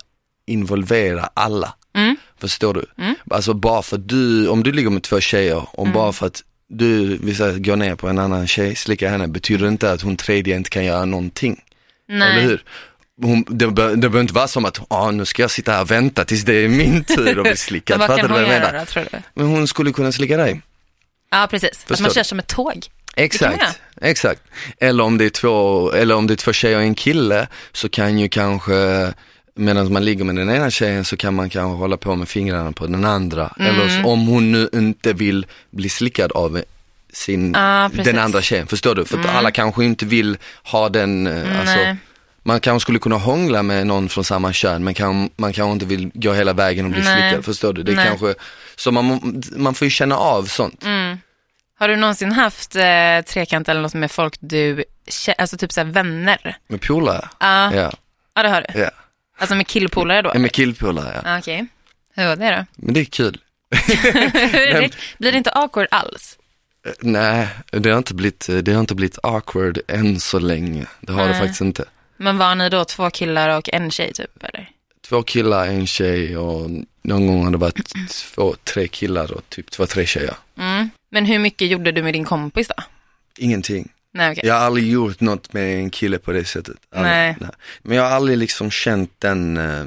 Speaker 1: involvera alla.
Speaker 2: Mm.
Speaker 1: Förstår du? Alltså bara för att du, om du ligger med två tjejer, om
Speaker 2: Mm.
Speaker 1: bara för att du vill säga, går ner på en annan tjej, slickar henne, betyder det inte att hon tredje inte kan göra någonting. Eller
Speaker 2: Nej.
Speaker 1: hur? Hon, det, bör, det behöver inte vara som att, ah, nu ska jag sitta här och vänta tills det är min tur att bli slickad.
Speaker 2: Men vad
Speaker 1: Fattar
Speaker 2: kan
Speaker 1: du
Speaker 2: hon
Speaker 1: vad jag
Speaker 2: göra
Speaker 1: menar?
Speaker 2: då, tror du?
Speaker 1: Men hon skulle kunna slicka dig.
Speaker 2: Ja, precis. Att
Speaker 1: Förstår
Speaker 2: man
Speaker 1: du?
Speaker 2: kör som ett tåg. Det kan
Speaker 1: Exakt, exakt. Eller om det är två, eller om det är två tjejer och en kille så kan ju kanske, medan man ligger med den ena tjejen så kan man kanske hålla på med fingrarna på den andra. Eller
Speaker 2: Mm.
Speaker 1: så, om hon nu inte vill bli slickad av sin,
Speaker 2: Ah, precis. Mm.
Speaker 1: den andra tjejen, förstår du? För att alla kanske inte vill ha den, eh, alltså,
Speaker 2: Nej.
Speaker 1: man kanske skulle kunna hångla med någon från samma kön men kan, man kanske inte vill gå hela vägen och bli
Speaker 2: Nej.
Speaker 1: slickad, förstår du? Det är
Speaker 2: Nej. Mm.
Speaker 1: kanske, så man, må- man får ju känna av sånt.
Speaker 2: Har du någonsin haft eh, trekant eller något med folk du, kä- alltså typ såhär vänner?
Speaker 1: Med polare,
Speaker 2: Ja,
Speaker 1: ja.
Speaker 2: ja det har du.
Speaker 1: ja.
Speaker 2: Alltså med killpolare då?
Speaker 1: Ja, med killpolare ja.
Speaker 2: Ja, Okej, hur var det då?
Speaker 1: Men det är kul.
Speaker 2: Hur är det? Blir det inte awkward alls?
Speaker 1: Eh, Nej, det har inte blivit, eh, det har inte blivit awkward än så länge. Det har det
Speaker 2: Nej.
Speaker 1: faktiskt inte.
Speaker 2: Men var ni då två killar och en tjej typ eller?
Speaker 1: Två killar, en tjej och någon gång har det varit två, tre killar och typ två, tre tjejer.
Speaker 2: Mm. Men hur mycket gjorde du med din kompis då?
Speaker 1: Ingenting.
Speaker 2: Nej okej.
Speaker 1: Jag har aldrig gjort något med en kille på det sättet. Aldrig.
Speaker 2: Nej.
Speaker 1: Men jag har aldrig liksom känt den, eh,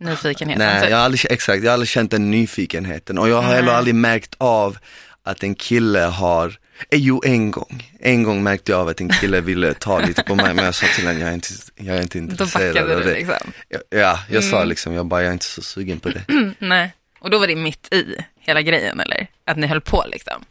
Speaker 2: Nyfikenheten
Speaker 1: nej,
Speaker 2: typ.
Speaker 1: jag har aldrig, exakt, jag har aldrig känt den nyfikenheten och jag har heller aldrig märkt av att en kille har, eh, jo en gång, en gång märkte jag av att en kille ville ta lite på mig men jag sa till honom jag är inte, jag är inte
Speaker 2: Då
Speaker 1: intresserad
Speaker 2: backade
Speaker 1: av
Speaker 2: du
Speaker 1: det.
Speaker 2: liksom. Mm.
Speaker 1: Ja, jag sa liksom, jag bara jag är inte så sugen på det.
Speaker 2: Nej. Och då var det mitt i hela grejen eller? Att ni höll på liksom?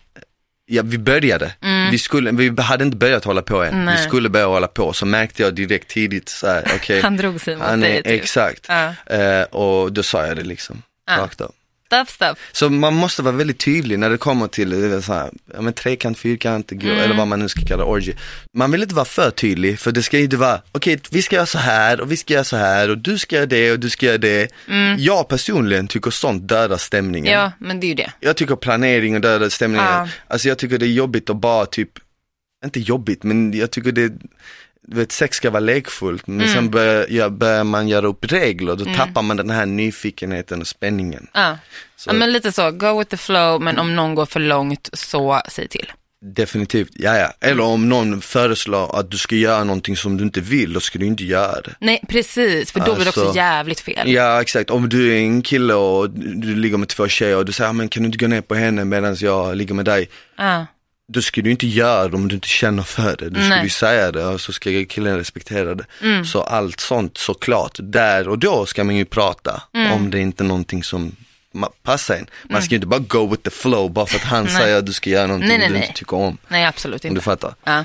Speaker 1: Ja, vi började. Vi, skulle, vi hade inte börjat hålla på än.
Speaker 2: Mm. Nej.
Speaker 1: Vi skulle börja hålla på, så märkte jag direkt tidigt så här, okej.
Speaker 2: Han drog sig mot
Speaker 1: Eh, han
Speaker 2: dig
Speaker 1: är,
Speaker 2: typ.
Speaker 1: Exakt.
Speaker 2: Ja.
Speaker 1: Eh, och då sa jag det liksom, rakt av.
Speaker 2: Stuff, stuff.
Speaker 1: Så man måste vara väldigt tydlig när det kommer till eh, så här, ja, men trekant, fyrkant,
Speaker 2: Mm.
Speaker 1: gro- eller vad man nu ska kalla orgy. Man vill inte vara för tydlig för det ska inte vara, okej vi ska göra så här och vi ska göra så här och du ska göra det och du ska göra det. Jag personligen tycker sånt dödar stämningen.
Speaker 2: Mm. Ja, men det är ju det.
Speaker 1: Jag tycker planering och dödar stämningen,
Speaker 2: Ja.
Speaker 1: alltså jag tycker det är jobbigt att bara typ, inte jobbigt men jag tycker det du vet, sex ska vara lekfullt men sen
Speaker 2: Mm.
Speaker 1: börjar, ja, börjar man göra upp regler, då tappar man den här nyfikenheten och spänningen.
Speaker 2: Ja.
Speaker 1: Så-
Speaker 2: ja, men lite så. Go with the flow, men om någon går för långt så säg till.
Speaker 1: Definitivt, ja ja.
Speaker 2: Mm.
Speaker 1: Eller om någon föreslår att du ska göra någonting som du inte vill, då ska du inte göra det.
Speaker 2: Nej, precis, för då blir det också
Speaker 1: Alltså-
Speaker 2: jävligt fel.
Speaker 1: Ja exakt, om du är en kille och du ligger med två tjejer och du säger, "Ah, men kan du inte gå ner på henne medan jag ligger med dig?
Speaker 2: Ja.
Speaker 1: Då ska du inte göra det om du inte känner för det. Du ska
Speaker 2: Nej. Mm.
Speaker 1: ju säga det och så ska killen respektera det. Så allt sånt såklart, där och då ska man ju prata
Speaker 2: Mm.
Speaker 1: om det inte är någonting som ma- passar en. Man ska ju inte bara go with the flow bara för att han säger att du ska göra någonting
Speaker 2: Nej, nej,
Speaker 1: du
Speaker 2: nej.
Speaker 1: inte tycker om.
Speaker 2: Nej, absolut
Speaker 1: Om du
Speaker 2: inte.
Speaker 1: fattar.
Speaker 2: Ja.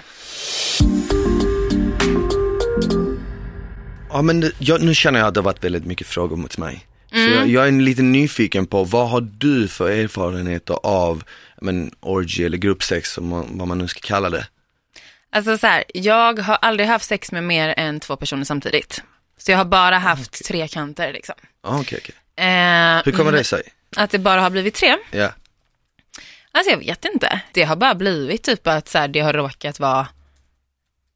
Speaker 1: Ja men det- jag, nu känner jag att det har varit väldigt mycket frågor mot mig. Så
Speaker 2: Mm.
Speaker 1: jag, jag är lite nyfiken på vad har du för erfarenheter av ja, men, orgy eller gruppsex som man, vad man nu ska kalla det.
Speaker 2: Alltså så här, jag har aldrig haft sex med mer än två personer samtidigt. Så jag har bara haft tre kanter liksom.
Speaker 1: Ah, okay, okay.
Speaker 2: Eh,
Speaker 1: Mm. Hur kommer
Speaker 2: men
Speaker 1: det sig?
Speaker 2: Att det bara har blivit tre?
Speaker 1: Ja.
Speaker 2: Alltså jag vet inte. Det har bara blivit typ att så här, det har råkat vara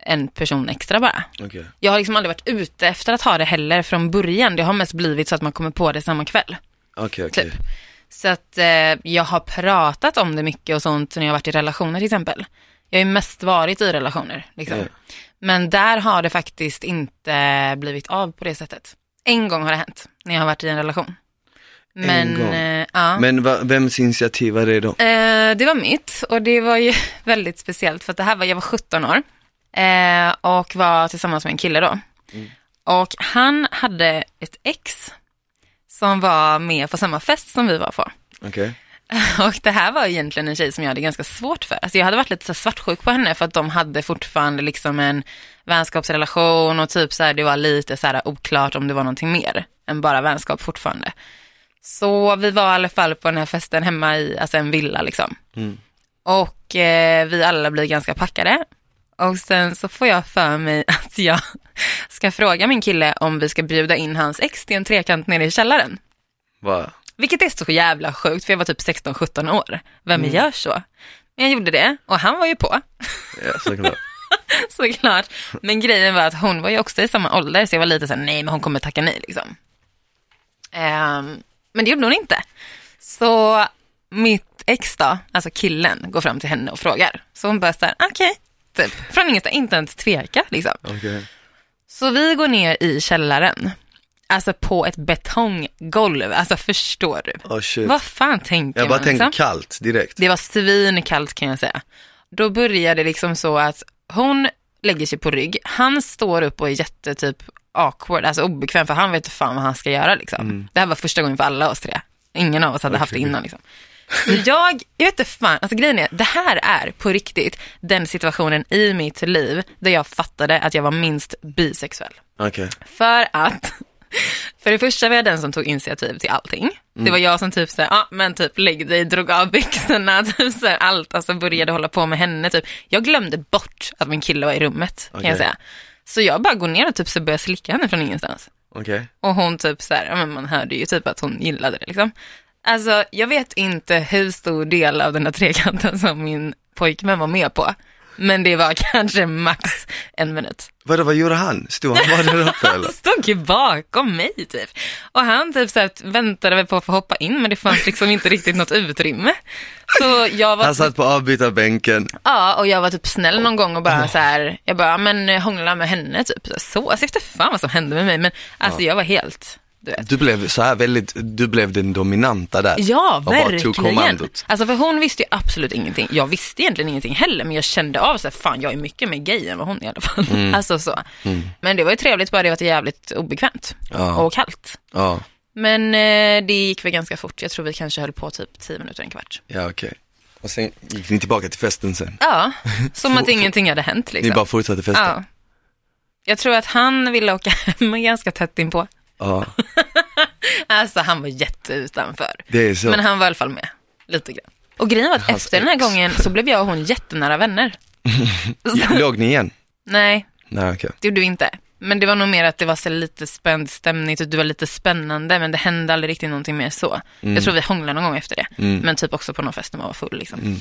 Speaker 2: en person extra bara.
Speaker 1: okej.
Speaker 2: Jag har liksom aldrig varit ute efter att ha det heller från början. Det har mest blivit så att man kommer på det samma kväll.
Speaker 1: Okej, okej.
Speaker 2: Typ. Så att eh, jag har pratat om det mycket och sånt när jag har varit i relationer till exempel. Jag har ju mest varit i relationer. Liksom.
Speaker 1: Ja.
Speaker 2: Men där har det faktiskt inte blivit av på det sättet. En gång har det hänt när jag har varit i en relation. Men,
Speaker 1: gång.
Speaker 2: Eh, ja.
Speaker 1: Men va, vems initiativ är det då?
Speaker 2: Eh, det var mitt och det var ju väldigt speciellt för att det här var, jag var 17 år eh, och var tillsammans med en kille då.
Speaker 1: Mm.
Speaker 2: Och han hade ett ex som var med på samma fest som vi var på.
Speaker 1: Okej.
Speaker 2: Och det här var egentligen en tjej som jag hade ganska svårt för. Alltså jag hade varit lite så här svartsjuk på henne för att de hade fortfarande liksom en vänskapsrelation och typ så här, det var lite så här oklart om det var någonting mer än bara vänskap fortfarande. Så vi var i alla fall på den här festen hemma i alltså en villa liksom. Och eh, vi alla blir ganska packade. Och sen så får jag för mig att jag ska fråga min kille om vi ska bjuda in hans ex till en trekant nere i källaren.
Speaker 1: Va?
Speaker 2: Vilket är så jävla sjukt, för jag var typ 16-17 år. Vem
Speaker 1: Mm.
Speaker 2: gör så? Men jag gjorde det och han var ju på,
Speaker 1: Ja, såklart.
Speaker 2: såklart. Men grejen var att hon var ju också i samma ålder, så jag var lite såhär, nej men hon kommer tacka nej liksom. Ehm, men det gjorde hon inte. Så mitt ex då, alltså killen, går fram till henne och frågar. Så hon bara såhär, okej, typ. Från ingenstans, inte ens tveka liksom.
Speaker 1: Okej.
Speaker 2: Så vi går ner i källaren, alltså på ett betonggolv, alltså förstår du?
Speaker 1: Åh Oh, shit.
Speaker 2: Vad fan tänker
Speaker 1: Jag bara
Speaker 2: man?
Speaker 1: tänkte
Speaker 2: liksom?
Speaker 1: kallt direkt.
Speaker 2: Det var svinkallt kan jag säga. Då började det liksom så att hon lägger sig på rygg, han står upp och är jätte typ awkward, alltså obekväm för han vet inte fan vad han ska göra liksom. Det här var första gången för alla oss tre. Ingen av oss hade haft det innan liksom. Så jag, jag vet inte fan, alltså grejen är, det här är på riktigt den situationen i mitt liv där jag fattade att jag var minst bisexuell.
Speaker 1: Okej.
Speaker 2: För att, för det första var jag den som tog initiativ till allting. Det var jag som typ såhär, ja men typ lägg dig, drog av byxorna, typ såhär allt, alltså började hålla på med henne typ. Jag glömde bort att min kille var i rummet kan
Speaker 1: Okej.
Speaker 2: jag säga. Så jag bara går ner och typ så börjar slicka henne från ingenstans.
Speaker 1: Okej.
Speaker 2: Och hon typ så här, ja, men man hörde ju typ att hon gillade det liksom. Alltså jag vet inte hur stor del av den här trekanten som min pojkvän var med på. Men det var kanske max en minut.
Speaker 1: Vadå, vad gjorde han? Stod han bara där uppe eller?
Speaker 2: Han stod ju bakom mig typ. Och han typ så här, väntade väl på att få hoppa in men det fanns liksom inte riktigt något utrymme. Så jag var,
Speaker 1: Han satt på avbytarbänken.
Speaker 2: ja, och jag var typ snäll någon gång och bara så här, jag bara, men eh, hångla med henne typ. Så, alltså jag vet inte fan vad som hände med mig men alltså jag var helt du vet.
Speaker 1: Du blev så här väldigt, du blev den dominanta där.
Speaker 2: Ja,
Speaker 1: bara tog
Speaker 2: verkligen.
Speaker 1: kommandot.
Speaker 2: Alltså för hon visste ju absolut ingenting. Jag visste egentligen ingenting heller, men jag kände av så här, fan jag är mycket mer gay än vad hon är i alla fall.
Speaker 1: Mm.
Speaker 2: Alltså så. Men det var ju trevligt, bara det var det jävligt obekvämt
Speaker 1: Ja.
Speaker 2: och kallt.
Speaker 1: Ja,
Speaker 2: Men eh, det gick väl ganska fort. Jag tror vi kanske höll på typ 10 minuter, en kvart.
Speaker 1: ja okej. Och sen gick ni tillbaka till festen sen.
Speaker 2: Ja, som
Speaker 1: Fo-
Speaker 2: att
Speaker 1: fo-
Speaker 2: ingenting hade hänt
Speaker 1: Ni
Speaker 2: liksom.
Speaker 1: bara fortsatte festa.
Speaker 2: ja. Jag tror att han ville åka hem ganska tätt inpå.
Speaker 1: Ja,
Speaker 2: Alltså han var jätteutanför.
Speaker 1: det är så.
Speaker 2: Men han var i alla fall med, lite grann. Och grejen var att
Speaker 1: Hans
Speaker 2: efter den här
Speaker 1: ex.
Speaker 2: gången så blev jag och hon jättenära vänner. Så,
Speaker 1: Låg ni igen?
Speaker 2: nej,
Speaker 1: Nej okej.
Speaker 2: det gjorde vi inte. Men det var nog mer att det var så lite spänd stämning, typ du var lite spännande, men det hände aldrig riktigt någonting mer så.
Speaker 1: Mm.
Speaker 2: Jag tror vi hånglade någon gång efter det, men typ också på någon fest när man var full. Liksom.
Speaker 1: Mm.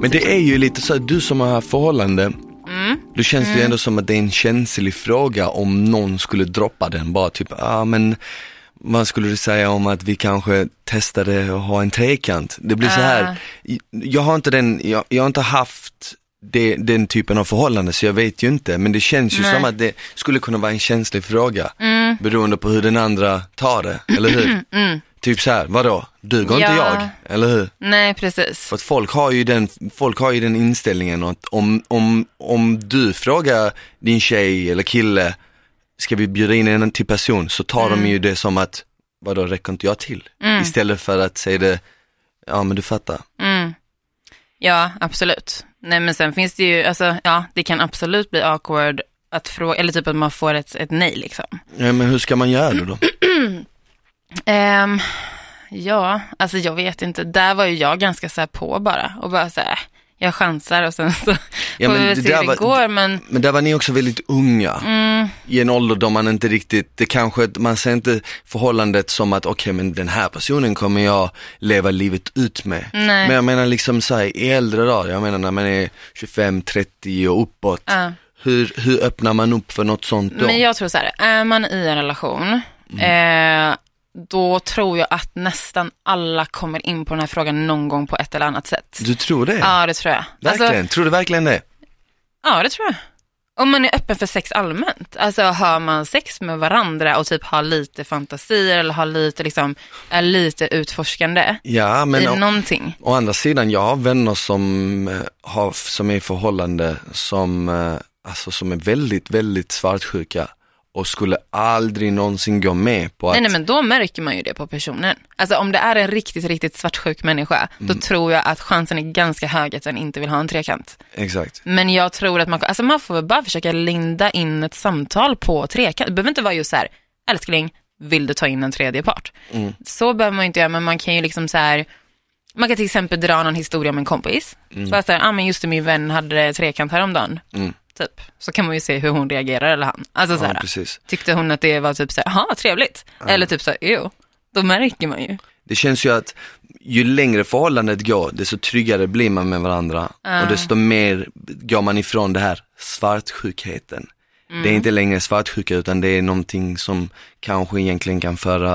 Speaker 1: Men det är ju lite så här, du som har haft förhållande,
Speaker 2: Mm.
Speaker 1: då känns det ju ändå som att det är en känslig fråga om någon skulle droppa den bara typ, ah, men vad skulle du säga om att vi kanske testade att ha en trekant? Det blir så
Speaker 2: Ah.
Speaker 1: här, jag har inte den, jag, jag har inte haft det, den typen av förhållande så jag vet ju inte men det känns ju
Speaker 2: Nej. Mm.
Speaker 1: som att det skulle kunna vara en känslig fråga beroende på hur den andra tar det, eller hur? Typ så här, vadå, duger inte
Speaker 2: Ja.
Speaker 1: jag, eller hur?
Speaker 2: Nej, precis.
Speaker 1: För att folk har ju den, folk har ju den inställningen att om, om, om du frågar din tjej eller kille, ska vi bjuda in en till person, så tar de ju det som att, vadå räcker inte jag till? Istället för att säga det, ja men du fattar.
Speaker 2: Mm. Ja, absolut. Nej, men sen finns det ju, alltså, ja, det kan absolut bli awkward att fråga, eller typ att man får ett, ett nej liksom.
Speaker 1: Ja, men hur ska man göra då?
Speaker 2: Ehm, ja, alltså jag vet inte. Där var ju jag ganska så här på bara. Och bara så här, jag chansar och sen så
Speaker 1: Ja,
Speaker 2: får
Speaker 1: men
Speaker 2: vi väl
Speaker 1: det
Speaker 2: se
Speaker 1: där
Speaker 2: hur det
Speaker 1: var-
Speaker 2: går. Men
Speaker 1: Men där var ni också väldigt unga,
Speaker 2: Mm.
Speaker 1: i en ålder då man inte riktigt, det kanske, man ser inte förhållandet som att okej men den här personen kommer jag leva livet ut med.
Speaker 2: Nej.
Speaker 1: Men jag menar liksom så här, i äldre dagar, jag menar när man är 25, 30 och uppåt,
Speaker 2: Ja.
Speaker 1: hur, hur öppnar man upp för något sånt då?
Speaker 2: Men jag tror så här, är man i en relation,
Speaker 1: Mm.
Speaker 2: eh, då tror jag att nästan alla kommer in på den här frågan någon gång på ett eller annat sätt.
Speaker 1: Du tror det?
Speaker 2: Ja, det tror jag. Alltså,
Speaker 1: Verkligen? tror du verkligen det?
Speaker 2: ja, det tror jag. Om man är öppen för sex allmänt, alltså har man sex med varandra och typ har lite fantasier eller har lite, liksom, är lite utforskande
Speaker 1: Ja, men
Speaker 2: i
Speaker 1: å,
Speaker 2: någonting.
Speaker 1: å andra sidan, jag har vänner som, eh, har, som är i förhållande som, eh, alltså, som är väldigt, väldigt svartsjuka och skulle aldrig någonsin gå med på att
Speaker 2: Nej, nej, men då märker man ju det på personen. Alltså om det är en riktigt, riktigt svartsjuk människa, då tror jag att chansen är ganska hög att den inte vill ha en trekant.
Speaker 1: Exakt.
Speaker 2: Men jag tror att man, alltså man får väl bara försöka linda in ett samtal på trekant. Det behöver inte vara just så här, älskling, vill du ta in en tredje part?
Speaker 1: Mm.
Speaker 2: Så behöver man ju inte göra, men man kan ju liksom så här, man kan till exempel dra någon historia om en kompis.
Speaker 1: Mm.
Speaker 2: Bara så här, ah, men just det, min vän hade trekant häromdagen. Typ. Så kan man ju se hur hon reagerar eller han. Alltså så
Speaker 1: Ja,
Speaker 2: här,
Speaker 1: precis.
Speaker 2: Tyckte hon att det var typ så här, jaha, trevligt. Eller typ så här, jo. Då märker man ju.
Speaker 1: Det känns ju att ju längre förhållandet går, desto tryggare blir man med varandra
Speaker 2: Ah.
Speaker 1: och desto mer går man ifrån det här svartsjukheten. Det
Speaker 2: Mm.
Speaker 1: är inte längre svartsjuka utan det är någonting som kanske egentligen kan föra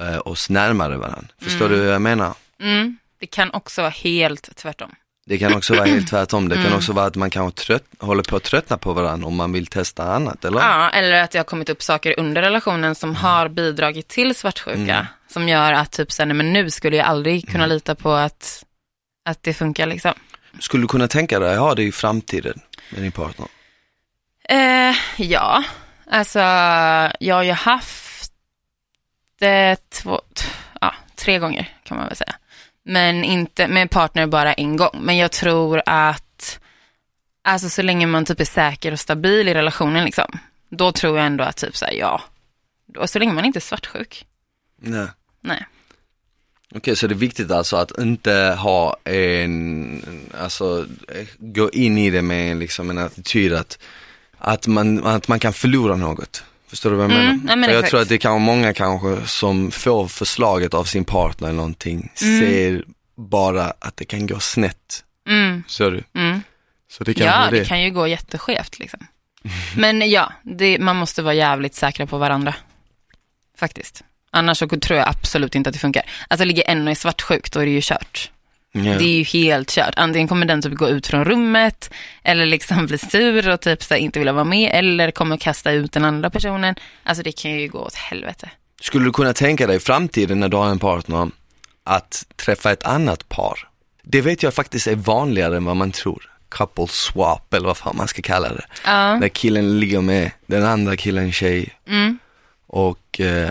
Speaker 1: eh, oss närmare varandra. Förstår du vad jag menar?
Speaker 2: Mm. Det kan också vara helt tvärtom.
Speaker 1: Det kan också vara
Speaker 2: Mm.
Speaker 1: helt tvärtom, det kan också vara att man kanske trött, håller på att tröttna på varandra om man vill testa annat eller?
Speaker 2: Ja, eller att det har kommit upp saker under relationen som har bidragit till svartsjuka. Som gör att typ så här, nej men nu skulle jag aldrig kunna lita på att, att det funkar liksom.
Speaker 1: Skulle du kunna tänka dig att ha det i framtiden med din partner?
Speaker 2: Eh, ja, alltså jag har ju haft det två, t- ja, tre gånger kan man väl säga. Men inte med partner bara en gång. Men jag tror att alltså så länge man typ är säker och stabil i relationen liksom. Då tror jag ändå att typ så här, ja. Då, så länge man inte är svartsjuk.
Speaker 1: Nej.
Speaker 2: Nej.
Speaker 1: Okej, så det är viktigt alltså att inte ha en, alltså eh, gå in i det med en, liksom en attityd att, att, man, att man kan förlora något. Förstår du vad jag
Speaker 2: Mm,
Speaker 1: menar?
Speaker 2: ja, men
Speaker 1: För jag
Speaker 2: exakt.
Speaker 1: tror att det kan vara många kanske som får förslaget av sin partner eller någonting, ser bara att det kan gå snett.
Speaker 2: Mm,
Speaker 1: Förstår du?
Speaker 2: mm.
Speaker 1: Så det kan
Speaker 2: Ja,
Speaker 1: vara
Speaker 2: det kan ju gå jätteskevt liksom. Men ja, det, man måste vara jävligt säkra på varandra. Faktiskt. Annars så tror jag absolut inte att det funkar. Alltså ligger en och är svartsjuk, då är det ju kört.
Speaker 1: Ja.
Speaker 2: Det är ju helt kört. Antingen kommer den typ gå ut från rummet eller liksom bli sur och typ så här, inte vilja vara med eller kommer kasta ut den andra personen. Alltså det kan ju gå åt helvete.
Speaker 1: Skulle du kunna tänka dig i framtiden när du har en partner att träffa ett annat par? Det vet jag faktiskt är vanligare än vad man tror. Couple swap eller vad fan man ska kalla det.
Speaker 2: Ja,
Speaker 1: När killen ligger med den andra killen tjej
Speaker 2: mm.
Speaker 1: och eh,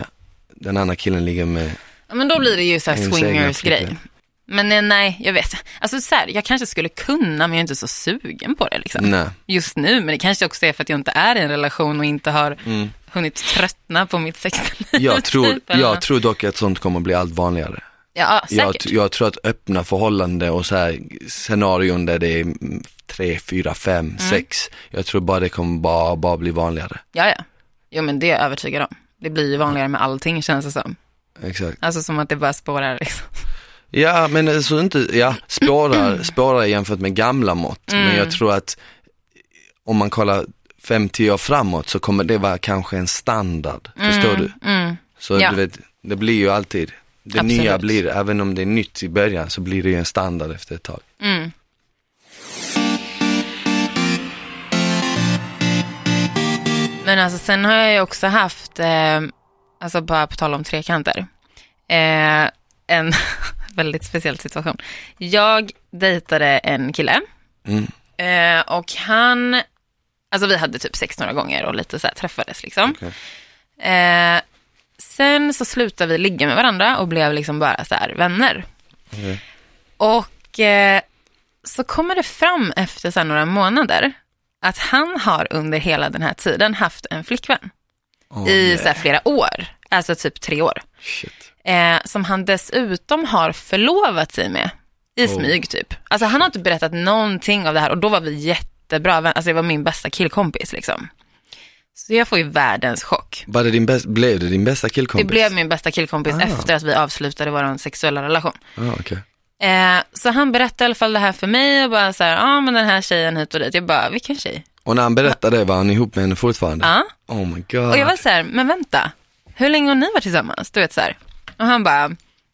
Speaker 1: den andra killen ligger med,
Speaker 2: Ja, men då blir det ju så här
Speaker 1: Hennes egna
Speaker 2: swingers-grej.
Speaker 1: flickvän.
Speaker 2: Men eh, nej, jag vet. Alltså så här, jag kanske skulle kunna men jag är inte så sugen på det liksom.
Speaker 1: nej.
Speaker 2: Just nu, men det kanske också är för att jag inte är i en relation och inte har
Speaker 1: Mm.
Speaker 2: hunnit tröttna på mitt sexliv.
Speaker 1: Jag tror,
Speaker 2: Typ, eller
Speaker 1: jag
Speaker 2: något.
Speaker 1: tror dock att sånt kommer bli allt vanligare.
Speaker 2: Ja, typ.
Speaker 1: Jag,
Speaker 2: säkert.
Speaker 1: t- jag tror att öppna förhållande och så här scenarion där det är mm, tre, fyra,
Speaker 2: Mm.
Speaker 1: fem, sex. Jag tror bara det kommer bara, bara bli vanligare.
Speaker 2: Ja, ja. Jo, men det är jag övertygad om. Det blir ju vanligare med allting känns det som.
Speaker 1: Exakt.
Speaker 2: Alltså som att det bara spårar liksom.
Speaker 1: Ja men alltså inte, ja spårar, spårar jämfört med gamla mått.
Speaker 2: Mm.
Speaker 1: Men jag tror att om man kollar 50 år framåt så kommer det vara kanske en standard. Förstår du?
Speaker 2: Mm.
Speaker 1: Så
Speaker 2: Ja.
Speaker 1: du vet, det blir ju alltid, det
Speaker 2: Absolut.
Speaker 1: nya blir, även om det är nytt i början så blir det ju en standard efter ett tag.
Speaker 2: Mm. Men alltså sen har jag ju också haft, eh, alltså bara på tal om trekanter, eh, en väldigt speciell situation. Jag dejtade en kille
Speaker 1: Mm.
Speaker 2: eh, och han, alltså vi hade typ sex några gånger och lite så här träffades liksom.
Speaker 1: Okej.
Speaker 2: Eh, sen så slutade vi ligga med varandra och blev liksom bara så här vänner.
Speaker 1: Okej.
Speaker 2: Och eh, så kommer det fram efter så här några månader att han har under hela den här tiden haft en flickvän
Speaker 1: Åh,
Speaker 2: i
Speaker 1: nej.
Speaker 2: så här flera år, alltså typ tre år,
Speaker 1: Shit.
Speaker 2: eh, som han dessutom har förlovat sig med i
Speaker 1: Oh.
Speaker 2: smyg typ. Alltså han har inte berättat någonting av det här och då var vi jättebra vänner, alltså det var min bästa killkompis liksom. Så jag får ju världens chock.
Speaker 1: Var det din bäst, blev det din bästa killkompis?
Speaker 2: Det blev min bästa killkompis
Speaker 1: Ah.
Speaker 2: efter att vi avslutade vår sexuella relation.
Speaker 1: ah, okej.
Speaker 2: Eh, så han berättade i alla fall det här för mig och bara så här, ja ah, men den här tjejen hit och dit. Jag bara, vilken tjej? "Ah."
Speaker 1: Och när han berättade det, var han ihop med henne fortfarande?
Speaker 2: Ja.
Speaker 1: Oh my god.
Speaker 2: Och jag var så här, men vänta, hur länge har ni varit tillsammans? Du vet så här. Och han bara,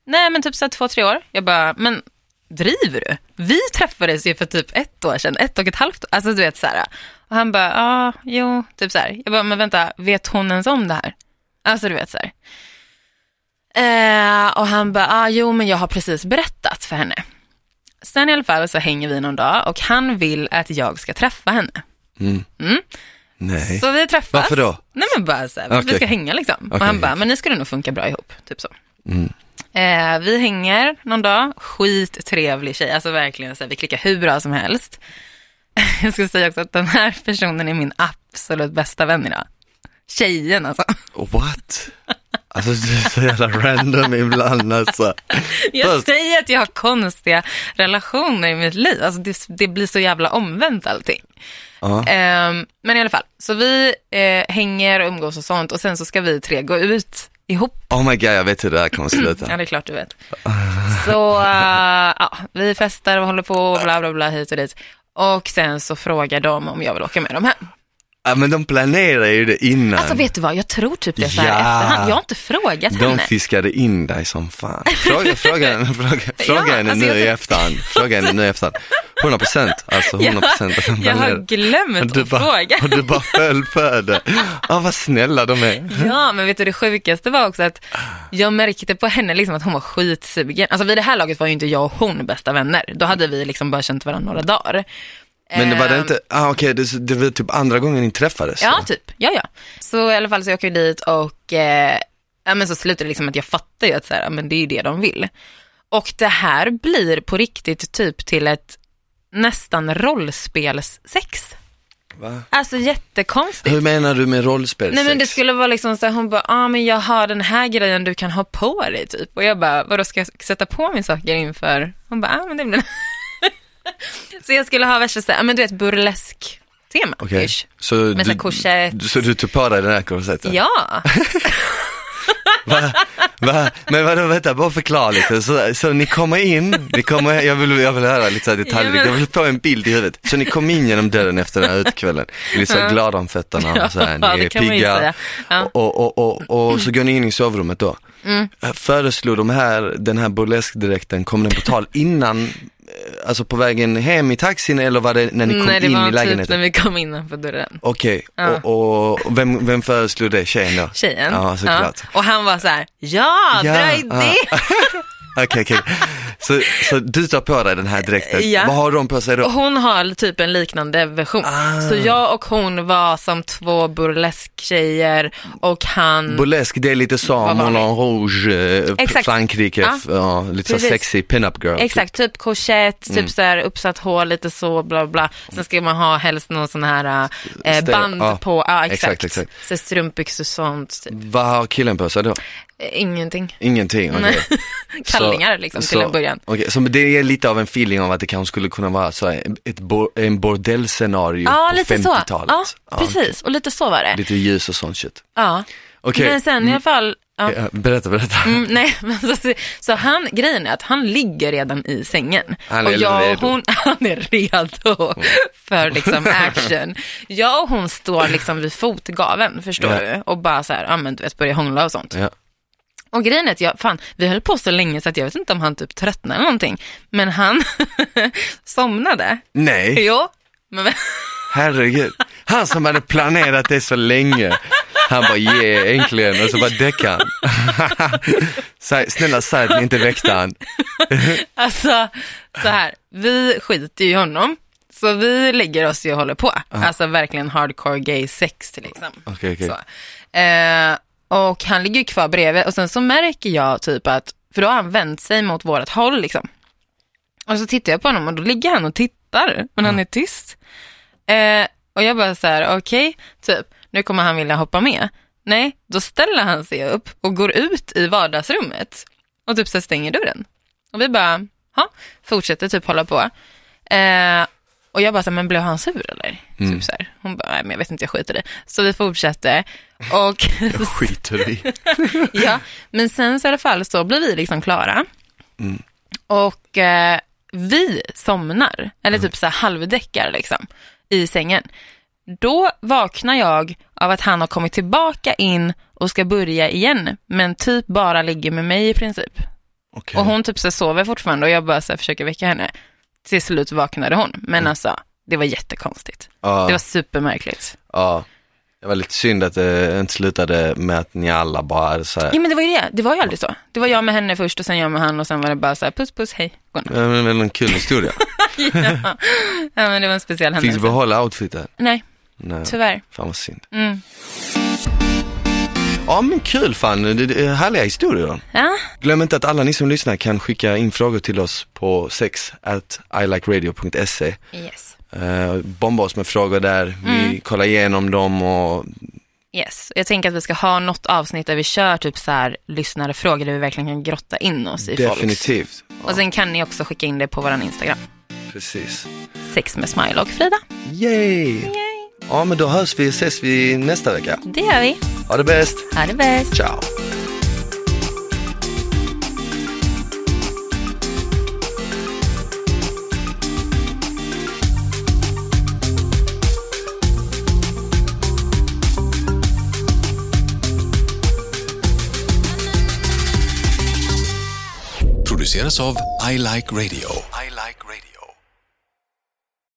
Speaker 2: nej men typ så här två, tre år. Jag bara, men driver du? Vi träffades ju för typ ett år sedan, ett och ett halvt år. Alltså du vet så här. Och han bara, ja, ah, jo, typ så här. Jag bara, men vänta, vet hon ens om det här? Alltså du vet så här. Eh, och han bara, ah, jo men jag har precis berättat för henne. Sen i alla fall så hänger vi någon dag och han vill att jag ska träffa henne.
Speaker 1: Nej.
Speaker 2: Så vi träffas.
Speaker 1: Varför då?
Speaker 2: Nej men bara så här, vi
Speaker 1: Okej.
Speaker 2: ska hänga liksom. och
Speaker 1: Okej,
Speaker 2: han
Speaker 1: okej.
Speaker 2: bara,
Speaker 1: Mm.
Speaker 2: men ni skulle nog funka bra ihop, typ så. Eh, vi hänger någon dag, skittrevlig tjej, alltså verkligen så här, vi klickar hur bra som helst. Jag skulle säga också att den här personen är min absolut bästa vän idag. Tjejen alltså.
Speaker 1: What? Alltså du är så jävla random ibland alltså.
Speaker 2: Jag
Speaker 1: Fast-
Speaker 2: säger att jag har konstiga relationer i mitt liv, alltså det, det blir så jävla omvänt allting.
Speaker 1: Ja.
Speaker 2: Ehm, men i alla fall, så vi eh, hänger och umgås och sånt och sen så ska vi tre gå ut ihop
Speaker 1: Oh my god, jag vet hur det här kommer
Speaker 2: Ja,
Speaker 1: sluta.
Speaker 2: det är klart du vet. Så eh, ja, vi festar och håller på och bla bla bla hit och dit. Och sen så frågar de om jag vill åka med dem hem.
Speaker 1: Ja, men de planerar ju det innan.
Speaker 2: Alltså vet du vad, jag tror typ det så här
Speaker 1: Ja.
Speaker 2: efterhand. Jag har inte frågat
Speaker 1: de
Speaker 2: henne.
Speaker 1: fiskade in dig som fan. Fråga, fråga, henne- fråga, fråga
Speaker 2: Ja,
Speaker 1: henne
Speaker 2: alltså,
Speaker 1: nu
Speaker 2: jag
Speaker 1: i
Speaker 2: tror-
Speaker 1: efterhand. Fråga henne nu i efterhand. 100 procent, alltså 100 procent att de
Speaker 2: jag har
Speaker 1: planerar.
Speaker 2: glömt
Speaker 1: Du
Speaker 2: att
Speaker 1: bara,
Speaker 2: fråga.
Speaker 1: och du bara föll för det. Ja, vad snälla de är.
Speaker 2: Ja, men vet du det sjukaste var också att jag märkte på henne liksom att hon var skitsugen. Alltså vid det här laget var ju inte jag och hon bästa vänner. Då hade vi liksom bara känt varandra några dagar.
Speaker 1: Men det var det
Speaker 2: Ehm,
Speaker 1: inte, ah, okej, det, det var typ andra gången ni träffades.
Speaker 2: Ja,
Speaker 1: så.
Speaker 2: typ. Ja, ja. Så i alla fall så jag åker dit och eh, ja, men så slutar det liksom att jag fattar ju att så här, ja, men det är ju det de vill. Och det här blir på riktigt typ till ett nästan rollspelssex.
Speaker 1: Va?
Speaker 2: Alltså jättekonstigt.
Speaker 1: Hur menar du med rollspel?
Speaker 2: Nej men det
Speaker 1: sex?
Speaker 2: skulle vara liksom så här, hon bara, ah, men jag har den här grejen du kan ha på dig typ. Och jag bara, vadå ska jag sätta på mig saker inför? Hon bara, ah, men det blir Så jag skulle ha värsta så här, ja, men du vet burlesk tema
Speaker 1: Okej,
Speaker 2: ish.
Speaker 1: så,
Speaker 2: Med så
Speaker 1: du,
Speaker 2: här korsett.
Speaker 1: så du tog på dig den här korsetten?
Speaker 2: Ja,
Speaker 1: Va? Men vadå, vänta, bara förklara lite. Så, så ni kommer in, ni kommer, jag, vill, jag vill höra lite så här detaljer,
Speaker 2: Ja, men-
Speaker 1: jag vill få en bild i huvudet. Så ni kom in genom dörren efter den här utekvällen, ni är så glada om fötterna, och så här,
Speaker 2: Ja,
Speaker 1: ni
Speaker 2: det
Speaker 1: är
Speaker 2: kan man ju
Speaker 1: pigga.
Speaker 2: säga. Ja.
Speaker 1: Och, och, och, och, så går ni in i sovrummet då.
Speaker 2: Mm.
Speaker 1: eh, föreslog de här, den här burleskdräkten, kom den på tal innan, eh, alltså på vägen hem i taxin eller var det när ni kom
Speaker 2: Mm, Nej, det
Speaker 1: in i
Speaker 2: var
Speaker 1: lägenheten?
Speaker 2: typ när vi kom innanför dörren.
Speaker 1: Okej,
Speaker 2: Ja.
Speaker 1: och, och vem, vem föreslog det? Tjejen då?
Speaker 2: Tjejen.
Speaker 1: Ja, såklart.
Speaker 2: Och han var så här, ja,
Speaker 1: Ja,
Speaker 2: bra
Speaker 1: ja.
Speaker 2: idé.
Speaker 1: Okej, okej. Så, så du tar på dig den här dräkten.
Speaker 2: Ja.
Speaker 1: Vad har de på sig
Speaker 2: Och
Speaker 1: då?
Speaker 2: hon har typ en liknande version.
Speaker 1: Ah.
Speaker 2: Så jag och hon var som två burlesktjejer och han,
Speaker 1: Burlesk, det är lite
Speaker 2: Vad
Speaker 1: som
Speaker 2: var det?
Speaker 1: Moulin Rouge, eh,
Speaker 2: Exakt.
Speaker 1: Frankrike,
Speaker 2: Ja.
Speaker 1: f- ja, lite så
Speaker 2: Precis.
Speaker 1: sexy pin-up girl.
Speaker 2: exakt, typ korsett,
Speaker 1: Mm.
Speaker 2: typ så här uppsatt hår, lite så, bla bla. Sen ska man ha helst någon sån här eh,
Speaker 1: Stereo,
Speaker 2: band
Speaker 1: ja.
Speaker 2: på, ja
Speaker 1: Exakt,
Speaker 2: exakt.
Speaker 1: exakt.
Speaker 2: Så strumpbyxor och sånt, typ.
Speaker 1: Vad har killen på sig då?
Speaker 2: Eh, ingenting.
Speaker 1: Ingenting? okej. Så-
Speaker 2: Mm. Kallingar liksom till
Speaker 1: så-
Speaker 2: en början.
Speaker 1: okej, så det är lite av en feeling av att det kanske skulle kunna vara så här, ett bo- en bordellscenario
Speaker 2: Ja,
Speaker 1: på
Speaker 2: lite så.
Speaker 1: 50-talet.
Speaker 2: Ja, precis. Och lite så var det.
Speaker 1: Lite ljus och sånt shit.
Speaker 2: Ja.
Speaker 1: Okej, Mm.
Speaker 2: Men sen i alla fall, ja.
Speaker 1: Ja, berätta, berätta.
Speaker 2: Mm, nej, men så, så han, grejen är att han ligger redan i sängen.
Speaker 1: Han är
Speaker 2: och jag
Speaker 1: redo. Mm.
Speaker 2: Och hon, han är redo för liksom action. Jag och hon står liksom vid fotgaveln, förstår
Speaker 1: Ja.
Speaker 2: du? Och bara så här, ja men du vet, börjar hångla och sånt.
Speaker 1: Ja.
Speaker 2: Och grejen är att jag, fan, vi höll på så länge så att jag vet inte om han typ tröttnade eller någonting. Men han somnade.
Speaker 1: Nej,
Speaker 2: Jo, men
Speaker 1: herregud. Han som hade planerat det så länge. Han bara yeah, äntligen och så bara däckade han. Säg- Snälla säg att ni inte väckte han.
Speaker 2: Alltså, så här, vi skiter ju i honom. Så vi lägger oss ju och håller på. Alltså verkligen hardcore gay sex till exempel.
Speaker 1: Okej, okej.
Speaker 2: Så. Eh, och han ligger ju kvar bredvid och sen så märker jag typ att, för då har han vänt sig mot vårat håll liksom. Och så tittar jag på honom och då ligger han och tittar, men han är tyst. Eh, och jag bara så här, okej, typ, nu kommer han vilja hoppa med. Nej, då ställer han sig upp och går ut i vardagsrummet och typ så här stänger dörren. Och vi bara, ja, fortsätter typ hålla på. Eh, och jag bara, så här, men blev han sur eller? Typ så här. Hon bara, nej men jag vet inte, jag skiter i. Så vi fortsätter. Och
Speaker 1: Skiter i.
Speaker 2: ja, men sen så i alla fall så blir vi liksom klara. Och eh, vi somnar, eller typ så här halvdäckar liksom, i sängen. Då vaknar jag av att han har kommit tillbaka in och ska börja igen, men typ bara ligger med mig i princip.
Speaker 1: Okej.
Speaker 2: Och hon typ så här sover fortfarande och jag bara så här försöker väcka henne. Till slut vaknade hon, men alltså det var jättekonstigt. Det var
Speaker 1: Mm. Ja,
Speaker 2: supermärkligt.
Speaker 1: ja. Det var lite synd att det inte slutade med att ni alla bara hade så här.
Speaker 2: Ja men det var ju det, det var ju aldrig så. Det var jag med henne först och sen jag med han och sen var det bara så här puss puss hej, godnatt.
Speaker 1: Det var väl en kul historia.
Speaker 2: ja. ja men det var en speciell
Speaker 1: Fick du
Speaker 2: händelse.
Speaker 1: behålla outfiten?
Speaker 2: Nej,
Speaker 1: Nej,
Speaker 2: tyvärr.
Speaker 1: fan vad synd.
Speaker 2: Typ. Mm.
Speaker 1: Ja men kul fan, det, det är härliga historier.
Speaker 2: Ja,
Speaker 1: Glöm inte att alla ni som lyssnar kan skicka in frågor till oss på sex at ilikeradio.se
Speaker 2: yes.
Speaker 1: Eh, bomba oss med frågor där, vi kollar igenom dem och
Speaker 2: Yes, jag tänker att vi ska ha något avsnitt där vi kör typ så här lyssnarfrågor där vi verkligen kan grotta in oss i folks.
Speaker 1: definitivt.
Speaker 2: Och sen kan ni också skicka in det på våran Instagram.
Speaker 1: Precis.
Speaker 2: Sex med Smile och Frida.
Speaker 1: Yay!
Speaker 2: Yay.
Speaker 1: Ja men då hörs vi, ses vi nästa vecka.
Speaker 2: Det gör vi.
Speaker 1: Ha det bäst,
Speaker 2: Ha det bäst.
Speaker 1: ciao!
Speaker 3: produceras av I Like Radio.